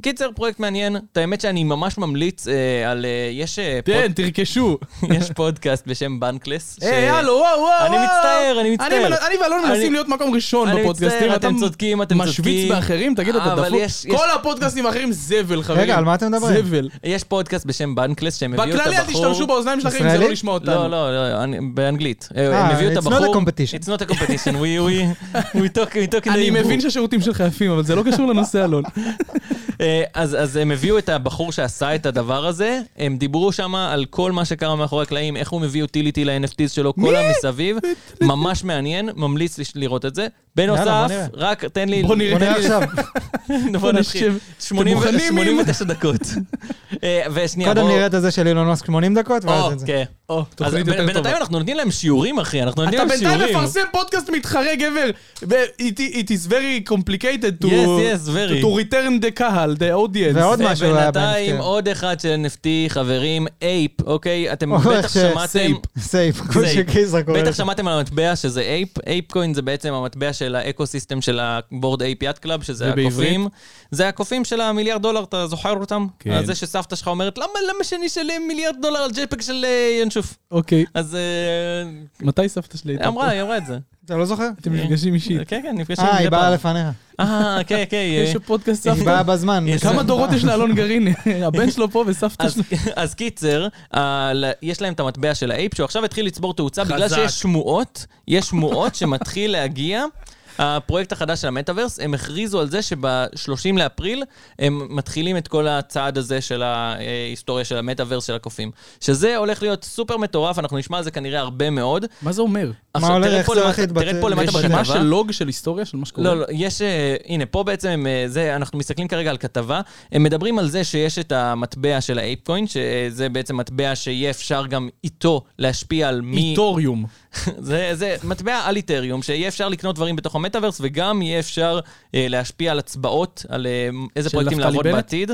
קיצר, פרויקט מעניין. את האמת שאני ממש ממליץ אה, על... אה, יש, אה, תן, תרכשו. פוד... יש פודקאסט בשם בנקלס. ש- היי, הלו, וואו, וואו. אני וואו. מצטער, אני מצטער. אני- אני ואלון אני- מנסים להיות מקום ראשון אני בפודקאסטים. מצטער, אתם צודקים, אתם צודקים. אה, משוויץ באחרים, תגיד, אתה אבל דפוק. יש- יש- כל הפודקאסטים האחרים זבל, חברים. רגע, על מה אתם מדברים? זבל. יש פודקאסט בשם בנקלס שהם הביאו את הבחור... בכללי אל תשתמשו באוזניים שלכם אם זה ישראלי? לא לשמוע אותנו. לא, לא, לא, אני- באנגלית. אה, הם הביאו את אה, it's not a הבחור... competition. It's not a competition. We, we, we talk, we talk in the אני Hebrew. מבין שהשירותים שלך יפים, אבל זה לא קשור לנושא, אלון. אה, אז, אז הם הביאו את הבחור שעשה את הדבר הזה, הם דיברו שם על כל מה שקרה מאחורי הקלעים, איך הוא מביא אוטיליטי ל-NFTs שלו, כל המסביב, ממש מעניין, ממליץ לש- לראות את זה. יאללה, בנוסף, בוא נראה. רק תן לי... בוא נראה. בוא נראה עכשיו. בוא נתחיל. נשב. 80 אתם מוכנים, מי? 89 דקות. אה, ושנייה, קודם בואו... נראה את הזה של אילון מאסק 80 דקות, ואז או, את זה. כן. או, אז תוכנית יותר בין- טובה. בינתיים אנחנו נותנים להם שיעורים, אחי, אנחנו נותנים אתה להם שיעורים. בינתיים מפרסם פודקאסט מתחרה, גבר. ו- It it is very complicated to... Yes, yes, very. To return the קהל, the audience. ועוד אה, משהו היה בינתיים ב-NFT. עוד אחד של NFT, חברים, אייפ, אוקיי? אתם או, בטח איך ש- שמעתם... סייפ. סייף, כמו סייפ. שקיסר קורא. בטח לזה. שמעתם על המטבע שזה אייפ, אייפ קוין זה בעצם המטבע של האקו-סיסטם של הבורד אייפ יד קלאב, שזה ובעברית? הקופים. זה הקופים של המיליארד דולר, אתה זוכר אותם? כן. זה שסבתא שלך אומרת, למה למה שאני אשלם מיליארד דולר על ג'ייפק של אה, ינשוף? אוקיי. אז אה, מתי סבתא שלי היא הייתה אמרה, היא אמרה את זה. אתה לא זוכר? אתם נפגשים אישית. כן, כן, נפגשים אה, היא מדי באה פעם. לפניך. אה, כן, כן. אה, יש פודקאסט היא סבתא. באה בזמן. יש- כמה דורות יש לאלון גרעין? הבן שלו פה וסבתא אז, שלו. אז קיצר, ה- ל- יש להם את המטבע של האייפ, שהוא עכשיו התחיל לצבור תאוצה, בגלל חזק. שיש שמועות, יש שמועות שמתחיל להגיע. הפרויקט החדש של המטאוורס, הם הכריזו על זה שב-30 לאפריל הם מתחילים את כל הצעד הזה של ההיסטוריה של המטאוורס של הקופים. שזה הולך להיות סופר מטורף, אנחנו נשמע על זה כנראה הרבה מאוד. מה זה אומר? עכשיו, הולך, תראה איך פה זה למטה- הולך להתבטא? תראה פה למטה יש בכתבה. רשימה של לוג של היסטוריה של מה שקורה? לא, לא, יש, אה, הנה, פה בעצם, אה, זה, אנחנו מסתכלים כרגע על כתבה, הם מדברים על זה שיש את המטבע של האייפקוין, שזה בעצם מטבע שיהיה אפשר גם איתו להשפיע על מי... איטוריום. זה, זה מטבע על איתריום, שיהיה אפשר לקנות דברים בתוך המטאוורס, וגם יהיה אפשר אה, להשפיע על הצבעות, על אה, איזה של פרויקטים נפתלי לעבוד בנט? בעתיד.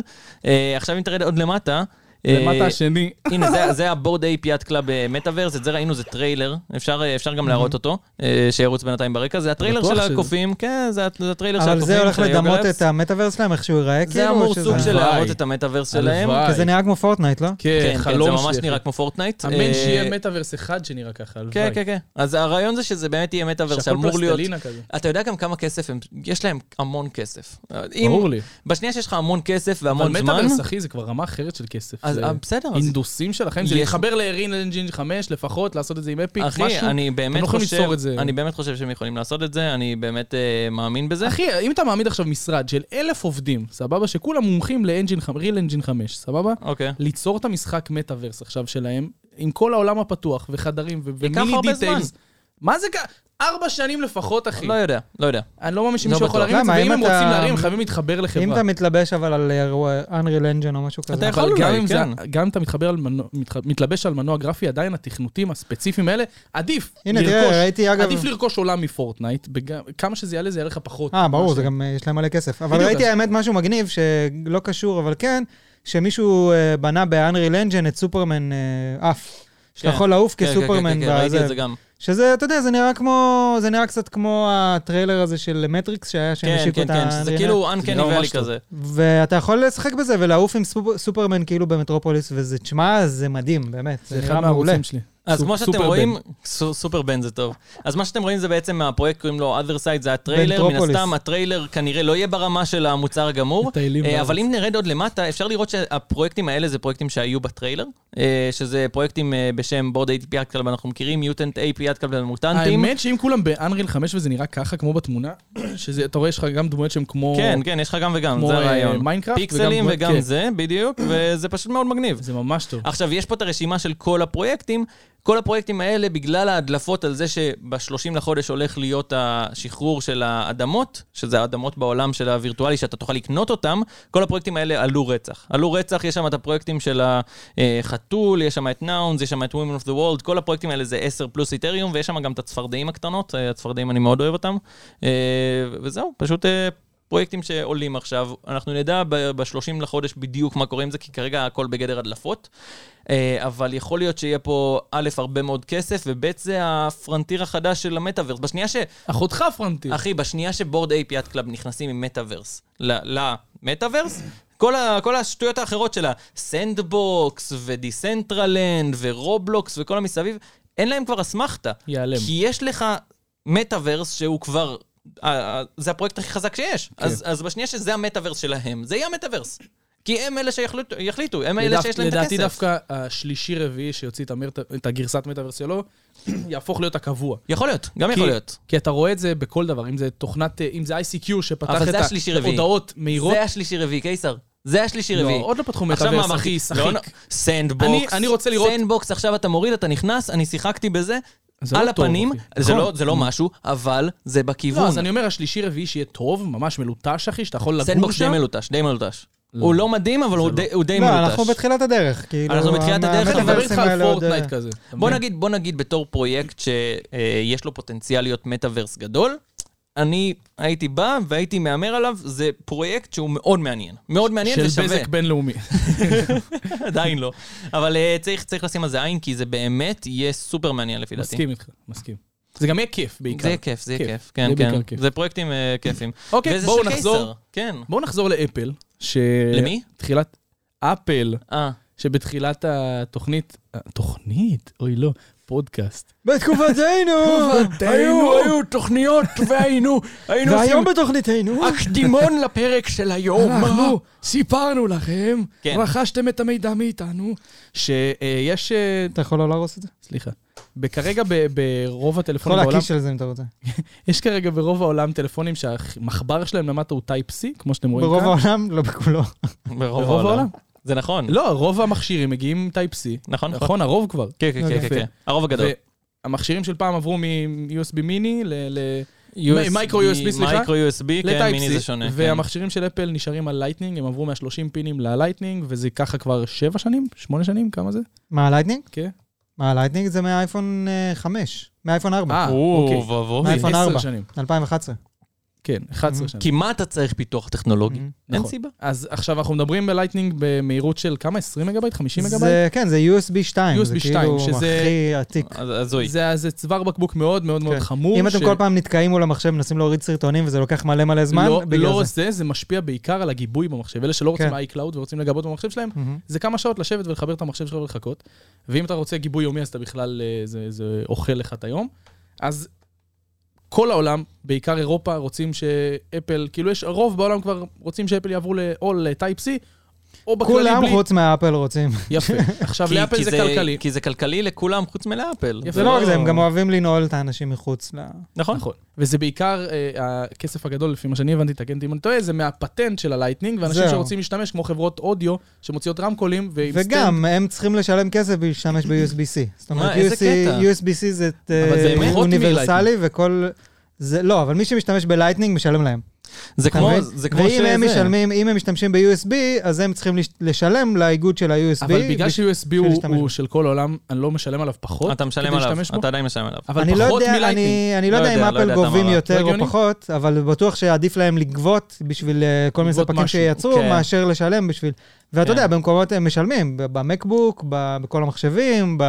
אה, עכשיו אם תרד עוד למטה... אה, למטה השני. הנה, זה, זה הבורד אייפ יד קלאב במטאוורס, אה, את זה ראינו, זה טריילר, אפשר, אפשר גם להראות אותו, אה, שירוץ בינתיים ברקע, זה הטריילר בטוח של שזה. הקופים, כן, זה הט- זה הטריילר של אבל הקופים. זה הולך של לדמות היוגלאפס. את המטאוורס שלהם, איך שהוא ייראה, כאילו? זה או אמור שזה- סוג של הלוואי. להראות את המטאוורס שלהם. הלוואי. כן, כי זה נראה כמו פורטנייט, לא? כן, זה ממש נראה כמו פורטנייט. אמן אה, שיהיה מטאוורס אחד שנראה ככה, הלוואי. כן, כן, כן. אז הרעיון זה שזה באמת יהיה מטאוורס שאמור להיות... כזה. אתה יודע גם כמה כסף הם... יש להם המון כסף. אם- ברור לי. בשנייה שיש לך המון כסף אבל והמון זמן, מטאוורס, אחי, זה כבר רמה אחרת של כסף. אז זה אה, בסדר. אז- אינדוסים שלכם, זה יש- להתחבר לארין אנג'ין 5 לפחות, לעשות את זה עם אפיק, משהו. אחי, אני באמת לא יכולים חושב... ליצור את זה. אני באמת חושב שהם יכולים לעשות את זה, אני באמת אה, מאמין בזה. אחי, אם אתה מעמיד עכשיו משרד של אלף עובדים, סבבה? שכולם מומחים לאנג'ין, חמ- real engine 5, סבבה? אוקיי. ליצור את המשחק מטאוורס עכשיו שלהם, עם כל העולם הפתוח, וחדרים, ו- ייקח ומיני הרבה דיטיילס. מה זה כ... ארבע שנים לפחות, אחי. לא יודע, לא יודע. אני לא מאמין לא שמישהו יכול בטוח. להרים את זה, למה, ואם אם הם אתה- רוצים להרים, הם חייבים להתחבר אם אתה לחברה. מתלבש אבל על אירוע Unreal Engine או משהו כזה. אתה יכול- אבל אולי, גם אם זה- כן. גם אם אתה מתחבר על מנוע- מתח- מתלבש על מנוע גרפי, עדיין התכנותים הספציפיים האלה, עדיף הנה, לרכוש- תראה, ראיתי, אגב... עדיף לרכוש עולם מפורטנייט, בג- כמה שזה יעלה זה יעלה לך פחות. אה, ברור, מאשר- זה גם, אה, יש להם מלא כסף. אבל בדיוק, ראיתי, אז- האמת, משהו מגניב, שלא קשור, אבל כן, שמישהו אה, בנה ב-Unreal Engine את סופרמן אה, עף. שאתה כן. יכול לעוף כן, כן, כסופרמן. כן, כן, ראיתי בזה. את זה גם. שזה, אתה יודע, זה נראה כמו, זה נראה קצת כמו הטריילר הזה של מטריקס שהיה, שהם כן, השיקו כן, את כן, שזה ה-Unreal Engine. כאילו נראה Uncanny ממש Valley טוב. כזה. ואתה יכול לשחק בזה ולעוף עם סופ- סופרמן כאילו במטרופוליס, וזה, תשמע, זה מדהים, באמת. זה זה אחד נראה מעולה. מהערוצים שלי. אז סופ- כמו שאתם סופר רואים, בן. סו- סופר בן זה טוב. אז מה שאתם רואים זה בעצם מהפרויקט, קוראים לו other side, זה הטריילר. מן בנטרופוליס. הסתם, הטריילר כנראה לא יהיה ברמה של המוצר הגמור. מטיילים אה, בארץ. אבל אם נרד עוד למטה, אפשר לראות שהפרויקטים האלה זה פרויקטים שהיו בטריילר. אה, שזה פרויקטים אה, בשם בורד ATP יד כלב, אנחנו מכירים, מיוטנט AP יד כלב ומוטנטים. האמת שאם כולם באנריל 5 וזה נראה ככה כמו בתמונה, שזה, אתה רואה, יש לך גם דמויות שהן כמו... כן, כן, יש לך גם וגם, כמו זה אה, הרעיון. מיינקראפט. וגם פיקסלים דמויות- וגם כן. זה, בדיוק, וזה פשוט מאוד מגניב. זה ממש טוב. עכשיו, יש פה את הרשימה של כל הפרויקטים. כל הפרויקטים האלה, בגלל ההדלפות על זה שב-30 לחודש הולך להיות השחרור של האדמות, שזה האדמות בעולם של הווירטואלי, שאתה תוכל לקנות אותם, כל הפרויקטים האלה עלו רצח. עלו רצח, יש שם את הפרויקטים של החתול, יש שם את נאונס, יש שם את Women of the World, כל הפרויקטים האלה זה 10 פלוס איתריום, ויש שם גם את הצפרדעים הקטנות, אה, הצפרדעים אני מאוד אוהב אותם. אה, וזהו, פשוט אה, פרויקטים שעולים עכשיו. אנחנו נדע ב-30 לחודש בדיוק מה קורה עם זה, כי כרגע הכל בגדר הדלפות. אה, אבל יכול להיות שיהיה פה, א', הרבה מאוד כסף, וב', זה הפרנטיר החדש של המטאוורס. בשנייה ש... אחותך פרנטיר. אחי, בשנייה שבורד אייפ יד קלאב נכנסים עם מטאוורס ל- למטאוורס, כל, ה, כל השטויות האחרות שלה, סנדבוקס ודיסנטרלנד ורובלוקס וכל המסביב, אין להם כבר אסמכתה. ייעלם. כי יש לך מטאוורס שהוא כבר... אה, אה, זה הפרויקט הכי חזק שיש. כן. אז, אז בשנייה שזה המטאוורס שלהם, זה יהיה המטאוורס. כי הם אלה שיחליטו, יחליטו, הם אלה לדף- שיש להם את הכסף. לדעתי דווקא השלישי-רביעי שיוציא את המר- את הגרסת מטאוורס שלו, יהפוך להיות הקבוע. יכול להיות, גם יכול כי- להיות. כי אתה רואה את זה בכל דבר, אם זה תוכנת, אה, אם זה ICQ שפתח אבל את זה השלישי-רביעי. ההודעות מהירות. זה השלישי רביעי, קיסר. זה השלישי לא, רביעי. עוד לא פתחו עכשיו מטאוורס מה, הכי מח- שחיק. לא, לא. סנדבוקס. אני- אני רוצה לראות- סנדבוקס, עכשיו אתה מוריד, אתה נכנס, אני שיחקתי בזה, זה על לא טוב, הפנים. אחי. זה נכון. לא- זה לא משהו, אבל זה לא, בכיוון. אז אני אומר, השלישי-רביעי שיהיה טוב, ממש מלוטש, אחי, שאתה יכול לגור סנדבוקס די שם. מלוטש, די מלוטש. הוא לא מדהים, אבל הוא די- הוא די לא, אנחנו מלוטש. בתחילת הדרך, כאילו... אנחנו בתחילת הדרך, אני מדבר כן, איתך המטאוורסים על האלה עוד, פורטנייט אה, כזה. אתה בוא מבין? נגיד, בוא נגיד בתור פרויקט שיש לו פוטנציאל להיות מטאוורס גדול, אני הייתי בא והייתי מהמר עליו, זה פרויקט שהוא מאוד מעניין. מאוד מעניין של ושווה. בזק בינלאומי. עדיין לא. אבל אה, צריך צריך לשים על זה עין, כי זה באמת יהיה סופר מעניין לפי דעתי. מסכים איתך, מסכים. זה גם יהיה כיף בעיקר. זה יהיה כיף, זה יהיה כיף. זה כן, בעיקר כן. כיף. זה פרויקטים אה, כיפים. אוקיי, וזה בואו של נחזור. אה, קיסר, כן. בואו נחזור לאפל, ש... למי? תחילת... אפל, אה, שבתחילת התוכנית... אה, תוכנית? אוי, לא. פודקאסט. בתקופתנו! אה, היו, היו תוכניות והיינו, היינו והיום עושים בתוכניתנו... הקדימון לפרק של היום. אנחנו סיפרנו לכם, אה? כן. רכשתם את המידע מאיתנו. שיש... אה, אתה יכול לא להרוס את זה? סליחה. בכרגע ב- ברוב יכול הטלפונים בעולם, להקיש של זה אם אתה רוצה. יש כרגע ברוב העולם טלפונים שהמחבר שלהם למטה הוא Type-C, כמו שאתם רואים ברוב כאן. העולם, לא בכולו. ברוב העולם. זה נכון. לא, רוב המכשירים מגיעים עם Type-C. נכון, נכון. נכון, הרוב כבר. כן, כן, כן, יפה. כן, כן. הרוב הגדול. והמכשירים של פעם עברו מ-USB מיני ל- ל- USB, מייקרו USB, סליחה. מייקרו USB, כן, מיני זה לטייפ-C, שונה. כן. והמכשירים של אפל נשארים על לייטנינג, הם עברו מה-30 פינים ללייטנינג, וזה ככה כבר 7 שנים? 8 שנים? כמה זה? מה, הלייטנינג? כן. מה, הלייטנינג זה מהאייפון אה, 5, מהאייפון 4, אה, אוקיי. כן. או, ואבוי. מהאייפון 10 4. שנים. 2011. כן, 11 Mm-hmm. שנים. כי מה אתה צריך פיתוח טכנולוגי? Mm. אין נכון. סיבה. אז עכשיו אנחנו מדברים בלייטנינג במהירות של כמה? 20 מגבייט? 50 מגבייט? זה, כן, זה USB 2, זה USB כאילו שזה- הכי עתיק. אז- הזוי. זה זה צוואר בקבוק מאוד מאוד מאוד כן. חמור. אם אתם ש- כל פעם נתקעים מול המחשב, מנסים להוריד סרטונים וזה לוקח מלא מלא זמן, לא, בגלל לא זה. זה, זה משפיע בעיקר על הגיבוי במחשב. אלה שלא רוצים כן. iCloud ורוצים לגבות במחשב שלהם, מהמם. זה כמה שעות לשבת ולחבר את המחשב שלך ולחכות. ואם אתה רוצה גיבוי יומי, אז אתה בכלל, אה, זה, זה אוכל לך את היום. אז כל העולם, בעיקר אירופה, רוצים שאפל, כאילו יש, רוב בעולם כבר רוצים שאפל יעברו ל- או לטייפ-C, או בכללי כולם בלי. חוץ מהאפל רוצים. יפה. עכשיו, כי- לאפל כי זה כלכלי. כי זה כלכלי לכולם חוץ מלאפל. יפה. זה לא רק זה, הם גם אוהבים לנעול את האנשים מחוץ ל... נכון. נכון. וזה בעיקר, אה, הכסף הגדול, לפי מה שאני הבנתי, תקן אותי אם אני טועה, זה מהפטנט של הלייטנינג, ואנשים זהו. שרוצים להשתמש, כמו חברות אודיו, שמוציאות רמקולים, ועם סטנד. וגם, הם צריכים לשלם כסף בשביל להשתמש ב-USB-C. זאת אומרת, מה, אה, איזה USB- קטע? USB-C זה אבל זה אה, פחות אוניברסלי, וכל... זה לא, אבל מי שמשתמש בלייטנינג משלם להם. זה אתה כמו, מבין? זה כמו ואם הם שזה. משלמים, אם הם משתמשים ב-USB, אז הם צריכים לש- לשלם לאיגוד של ה-USB. אבל בגלל בש- ש-USB בשביל הוא להשתמש הוא בו. של כל העולם, אני לא משלם עליו פחות. אתה משלם כדי עליו, להשתמש בו, אתה עדיין משלם עליו. אבל אני לא פחות יודע, מלייטנינג. אני, אני לא לא יודע אם יודע, לא אפל יודע את גובים המערך. יותר או הגיוני? פחות, אבל בטוח שעדיף להם לגבות בשביל אה, כל מיני לגבות ספקים משהו, שייצרו, כן. מאשר לשלם בשביל... ואתה כן. יודע, במקומות הם משלמים, ב- במקבוק, ב- בכל המחשבים, ב...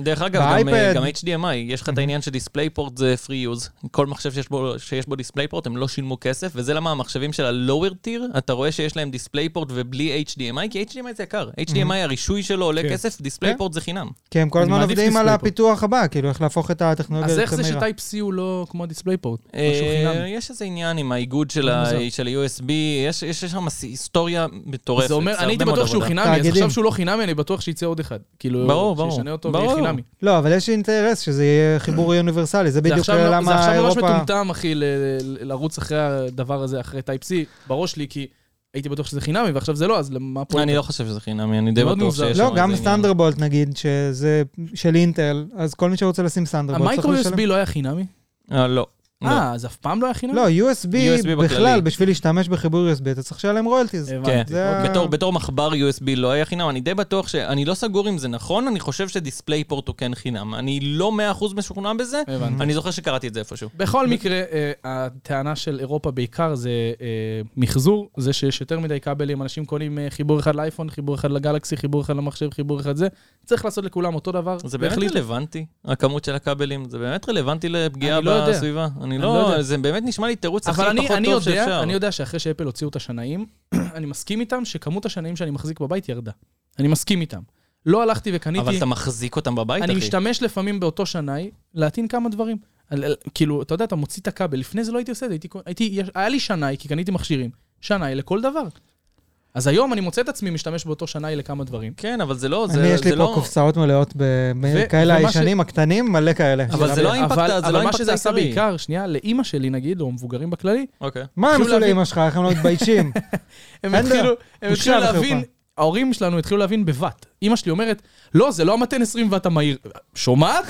דרך אגב, גם, אה, באייפד. גם HDMI, יש לך את העניין של דיספלייפורט זה free use. כל מחשב שיש בו, שיש בו דיספלייפורט, הם לא שילמו כסף, וזה למה המחשבים של ה-lower tier, אתה רואה שיש להם דיספלייפורט ובלי HDMI, כי HDMI זה יקר. HDMI הרישוי שלו עולה כן. כסף, דיספלייפורט זה חינם. כי הם כל אני הזמן מעדיף עובדים על דיספלייפורט. הפיתוח הבא, כאילו, איך להפוך את הטכנולוגיה אז איך ליותר זה מהירה. שטייפ-C הוא לא כמו דיספלייפורט? משהו אה, חינם. יש איזה עניין עם האיגוד של ה- מוזר. של ה-USB, יש יש שם היסטוריה מטורפת. זה אומר, זה אני הייתי הרבה מאוד בטוח שהוא עבודה. חינמי, אז תאגידים. עכשיו שהוא לא חינמי, אני בטוח שיצא עוד אחד. כאילו, ברור, ברור. שישנה אותו ויהיה ברור. חינמי. לא, אבל יש אינטרס שזה יהיה חיבור אוניברסלי, זה זה בדיוק אה, עכשיו- לא- זה למה עכשיו ממש אירופה... מטומטם, אחי, ל- ל- לרוץ אחרי הדבר הזה, אחרי טייפ-C, בראש לי, כי הייתי בטוח שזה חינמי, ועכשיו זה לא, אז למה פה... אני לא חושב שזה חינמי, אני די מאוד בטוח מוזר. שיש שם לא, איזה גם עניין. סטנדרבולט נגיד, שזה של אינטל, אז כל מי שרוצה לשים סטנדרבולט צריך המייקרו לשלם. USB לא היה חינמי? אה, לא. לא. אה, אז אף פעם לא היה חינמי? לא, USB, USB בכללי. בכלל, בשביל להשתמש בחיבור USB, אתה צריך לשלם רויאלטיז. הבנתי. כן, זה ה- בתור, בתור מחבר USB לא היה חינם, אני די בטוח ש... אני לא סגור אם זה נכון, אני חושב שדיספליי פורט הוא כן חינם. אני לא 100% משוכנע בזה, הבנתי. אני זוכר שקראתי את זה איפשהו. בכל מקרה, אה, הטענה של אירופה בעיקר זה אה, מחזור, זה שיש יותר מדי כבלים, אנשים קונים אה, חיבור אחד לאייפון, חיבור אחד לגלקסי, חיבור אחד למחשב, חיבור אחד זה. צריך לעשות לכולם אותו דבר. זה באמת והחליטו. רלוונטי, הכמות של הכבלים, זה באמת רלוונטי לפגיעה אני לא יודע. בסביבה. אני לא לא, יודע. זה באמת נשמע לי תירוץ הכי אבל אני, פחות אני, טוב יודע, שאפשר. אני יודע שאחרי שאפל הוציאו את השנאים, אני מסכים איתם שכמות השנאים שאני מחזיק בבית ירדה. אני מסכים איתם. לא הלכתי וקניתי... אבל אתה מחזיק אותם בבית, אני אחי. משתמש לפעמים באותו שנאי להטעין כמה דברים. על- על- כאילו, אתה יודע, אתה מוציא את הכבל, לפני זה לא הייתי עושה את זה, הייתי, קונה- הייתי, יש- היה לי שנאי, כי קניתי מכשירים, שנאי לכל דבר. אז היום אני מוצא את עצמי משתמש באותו שנאי לכמה דברים. כן, אבל זה לא... זה- אני, יש לי זה פה לא- קופסאות מלאות ו- בכאלה ומה הישנים, הקטנים, מלא כאלה. אבל זה לא האימפקט אבל- ה- זה לא אבל מה האימפקט שזה עשה העיקרי. בעיקר, שנייה, לאימא שלי נגיד, או מבוגרים בכללי, אוקיי. מה הם התחילו עשו להבין- לאמא שלך, איך הם לא מתביישים? הם אין התחילו, דבר. הם בושה התחילו להבין, וחרפה. ההורים שלנו התחילו להבין בבת. אימא שלי אומרת, לא, זה לא המתן 20 ואט המהיר. שומעת?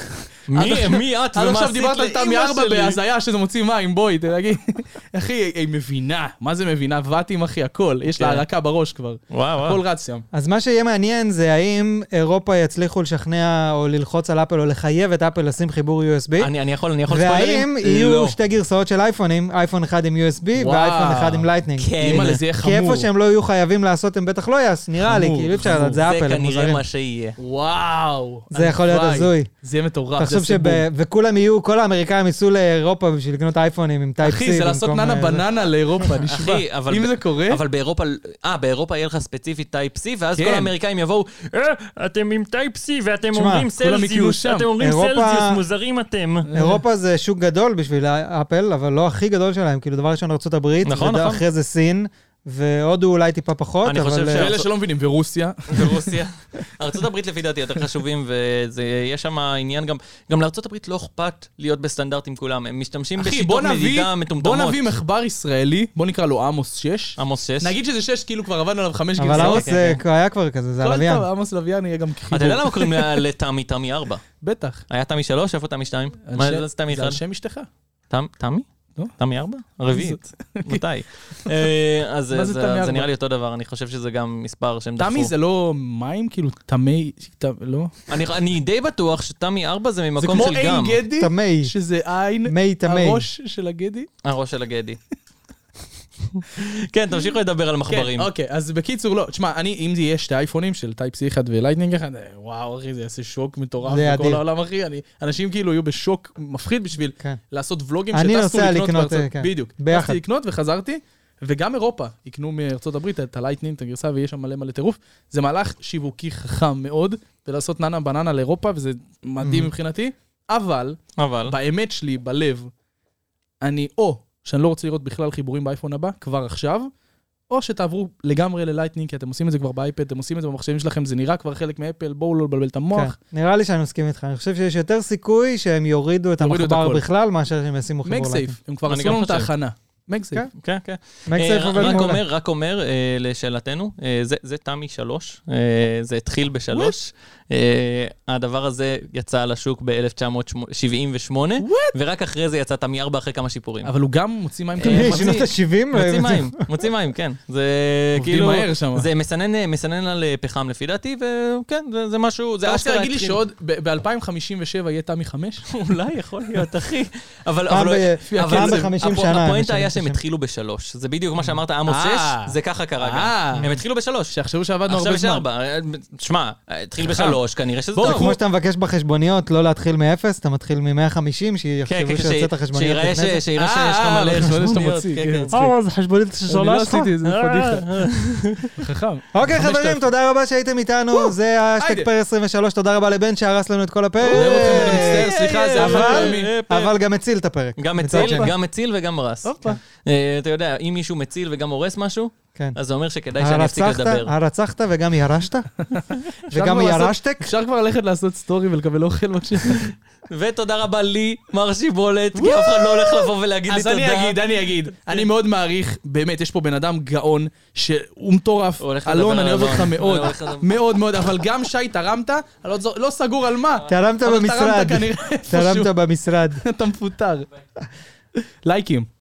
מי- עד- מי את עד ומה עכשיו עשית דיברת על תמי לאימא ארבע שלי? בהזיה שזה מוציא מים, בואי, תגיד. אחי, היא- היא מבינה, מה זה מבינה? ואטים, אחי, הכל. יש לה כן. הרקה בראש כבר. וואו, אה. הכל וואו. רץ שם. אז מה שיהיה מעניין זה האם אירופה יצליחו לשכנע או ללחוץ על אפל או לחייב את אפל לשים חיבור USB, אוקיי. אני אני יכול, אני יכול ספוילרים? והאם יהיו לא. שתי גרסאות של אייפונים, אייפון אחד עם USB וואו. ואייפון אחד עם לייטנינג. כן. אימא לזה יהיה כי חמור. איפה שהם לא יהיו חייבים לעשות, הם בטח לא יעשו, נראה לי, חמור, כאילו אי אפשר חמור. לדעת, זה זה אפל, הם כנראה מוזרים. מה שיהיה. וואו. זה יכול להיות הלוואי. הזוי. זה יהיה מטורף, זה תחשוב סיפור. שכולם יהיו, כל האמריקאים ייסעו לאירופה בשביל לקנות אייפונים עם טייפ C. אחי, זה לעשות במקום, ננה אה, זה. בננה לאירופה, נשבע. אחי, אבל- אם זה קורה... אבל באירופה, אה, באירופה יהיה לך ספציפית טייפ C, ואז כן. כל האמריקאים יבואו, "אה, אתם עם טייפ C ואתם תשמע, אומרים כולם יקנו סלזיוס, שם. אתם אומרים אירופה- סלזיוס, מוזרים אתם. אירופה זה שוק גדול בשביל אפל, אבל לא הכי גדול שלהם. כאילו, דבר ראשון, ארה"ב, נכון, נכון. אחרי זה סין, והודו אולי טיפה פחות, אני חושב אבל... ש- אה, אלה שלא מבינים, ורוסיה. ורוסיה. ארצות הברית לפי דעתי יותר חשובים, ויש שם עניין גם, גם לארצות הברית לא אכפת להיות בסטנדרט עם כולם, הם משתמשים אחי, בוא בשיטות נביא, מדידה מטומטמות. אה. בוא נביא מחבר ישראלי, בוא נקרא לו עמוס 6. עמוס שש. נגיד שזה 6, כאילו כבר עבדנו עליו 5 גרסאות. אבל עמוס כן, זה היה כבר כזה, זה הכל הלוויין. טוב, עמוס לוויין יהיה גם חיבור. אתה יודע למה קוראים לה- לתמי תמי ארבע? בטח. היה תמי שלוש, איפה תמי שתיים? מה על זה שם- תמי זה אחד? על שם אשתך. תם- תמי? לא. תמי ארבע? הרביעית. מתי? אה, אז מה אה, זה זה- תמי זה ארבע? נראה לי אותו דבר, אני חושב שזה גם מספר שהם דחפו. תמי זה לא מים? כאילו תמי... ת- לא? אני- אני די בטוח שתמי ארבע זה זה ממקום כמו של עין גם. גדי, טמאי, שזה עין, מי טמאי. הראש של הגדי. הראש של הגדי. כן, תמשיכו לדבר על מחברים. כן, אוקיי, אז בקיצור, לא. תשמע, אני, אם זה יהיה שתי אייפונים של טייפ C אחד ולייטנינג אחד, אה, וואו, אחי, זה יעשה שוק מטורף זה בכל אדיר. העולם, אחי. אני- אנשים כאילו יהיו בשוק מפחיד בשביל כן. לעשות ולוגים אני שטסנו נוסע לקנות לקנות, בארצות- אה, כן. בדיוק. ביחד. טסתי לקנות וחזרתי, וגם אירופה יקנו מארצות הברית את הלייטנינג, את הגרסה, ויש שם מלא מלא טירוף. זה מהלך שיווקי חכם מאוד, ולעשות ננה בננה לאירופה, וזה מדהים Mhm. מבחינתי, אבל אבל, באמת שלי, בלב, אני או שאני לא רוצה לראות בכלל חיבורים באייפון הבא, כבר עכשיו, או שתעברו לגמרי ללייטנינג, כי אתם עושים את זה כבר באייפד, אתם עושים את זה במחשבים שלכם, זה נראה כבר חלק מאפל, בואו לא לבלבל את המוח. כן. נראה לי שאני מסכים איתך. אני חושב שיש יותר סיכוי שהם יורידו את יורידו את המחבר הכל. בכלל, מאשר שהם ישימו חיבור. מקסייף, הם כבר אוקיי, אני עשו גם לנו את חושב. ההכנה. מקסייף. כן. כן, כן. מקסייף אה, עובד רק מעולה. אומר, רק אומר, אה, לשאלתנו, אה, זה- זה תמי שלוש, אה, זה התחיל בשלוש. אה, הדבר הזה יצא לשוק ב-1978, ורק אחרי זה יצא תמי ארבע אחרי כמה שיפורים. אבל הוא גם מוציא מים אה, כאלה. מוציא- שנות ה-70? מוציא מים, מוציא מים, כן. זה עובדים כאילו... מהר שם. זה מסנן, מסנן על אה, פחם לפי דעתי, וכן, זה, זה משהו, זה אתה רוצה אשכרה להגיד לי התחיל. שעוד ב-2057 יהיה תמי 5? אולי יכול להיות, אחי. אבל... פעם אבל- ב- אבל- פעם בחמישים הפו- שנה, הפואנטה אני היה חושב. שהם התחילו בשלוש. זה בדיוק מה שאמרת, עמוס אה. שש, זה ככה קרה אה. גם. הם התחילו בשלוש. שיחשבו שעבדנו עכשיו הרבה יש זמן. ארבע. אה, שמע, התחיל בשלוש, כנראה שזה זה טוב. כמו שאתה מבקש בחשבוניות לא להתחיל מאפס, אתה מתחיל מ-150, כן, כן, שיחשבו ש- שיוצאת החשבוניות שיראה ש- לפני זה. שיראה אה, שיש לך אה, מלא לחשבוניות שאתה חשבוניות. מוציא, כן, כן, כן. מצחיק. אה, זה חשבונית אני לא שלך? עשיתי, זה פדיחה. אה, חכם. אוקיי, חמשת חברים, אלפים. תודה רבה שהייתם איתנו, זה היידה. השטק פר 23, תודה רבה לבן שהרס לנו את כל הפרק. אה, אוהב אתכם, אני מצטער, סליחה, זה היה אבל- אה, חד פעמי. אבל גם הציל את הפרק. גם מצד מציל, שני. גם מציל וגם רס. הופה. אה, אתה יודע, אם מישהו מציל וגם הורס משהו, כן. אז זה אומר שכדאי שאני אפסיק הרצחת, לדבר. הרצחת וגם ירשת? וגם כבר לעשות- ירשתק? אפשר כבר ללכת לעשות סטורי ולקבל אוכל בבקשה. ותודה רבה לי, מר שיבולת, כי אף אחד לא הולך לבוא ולהגיד לי אז תודה. אני אגיד, אני אגיד. אני מאוד מעריך, באמת, יש פה בן אדם גאון, שהוא מטורף. הוא הולך לדבר על אלון, אני אוהב אלון. אותך מאוד, אני הולך לדבר. מאוד מאוד, אבל גם שי תרמת, אני לא זו- לא סגור על מה. תרמת אבל במשרד. תרמת כנראה איפשהו. תרמת במשרד. אתה מפוטר. לייקים.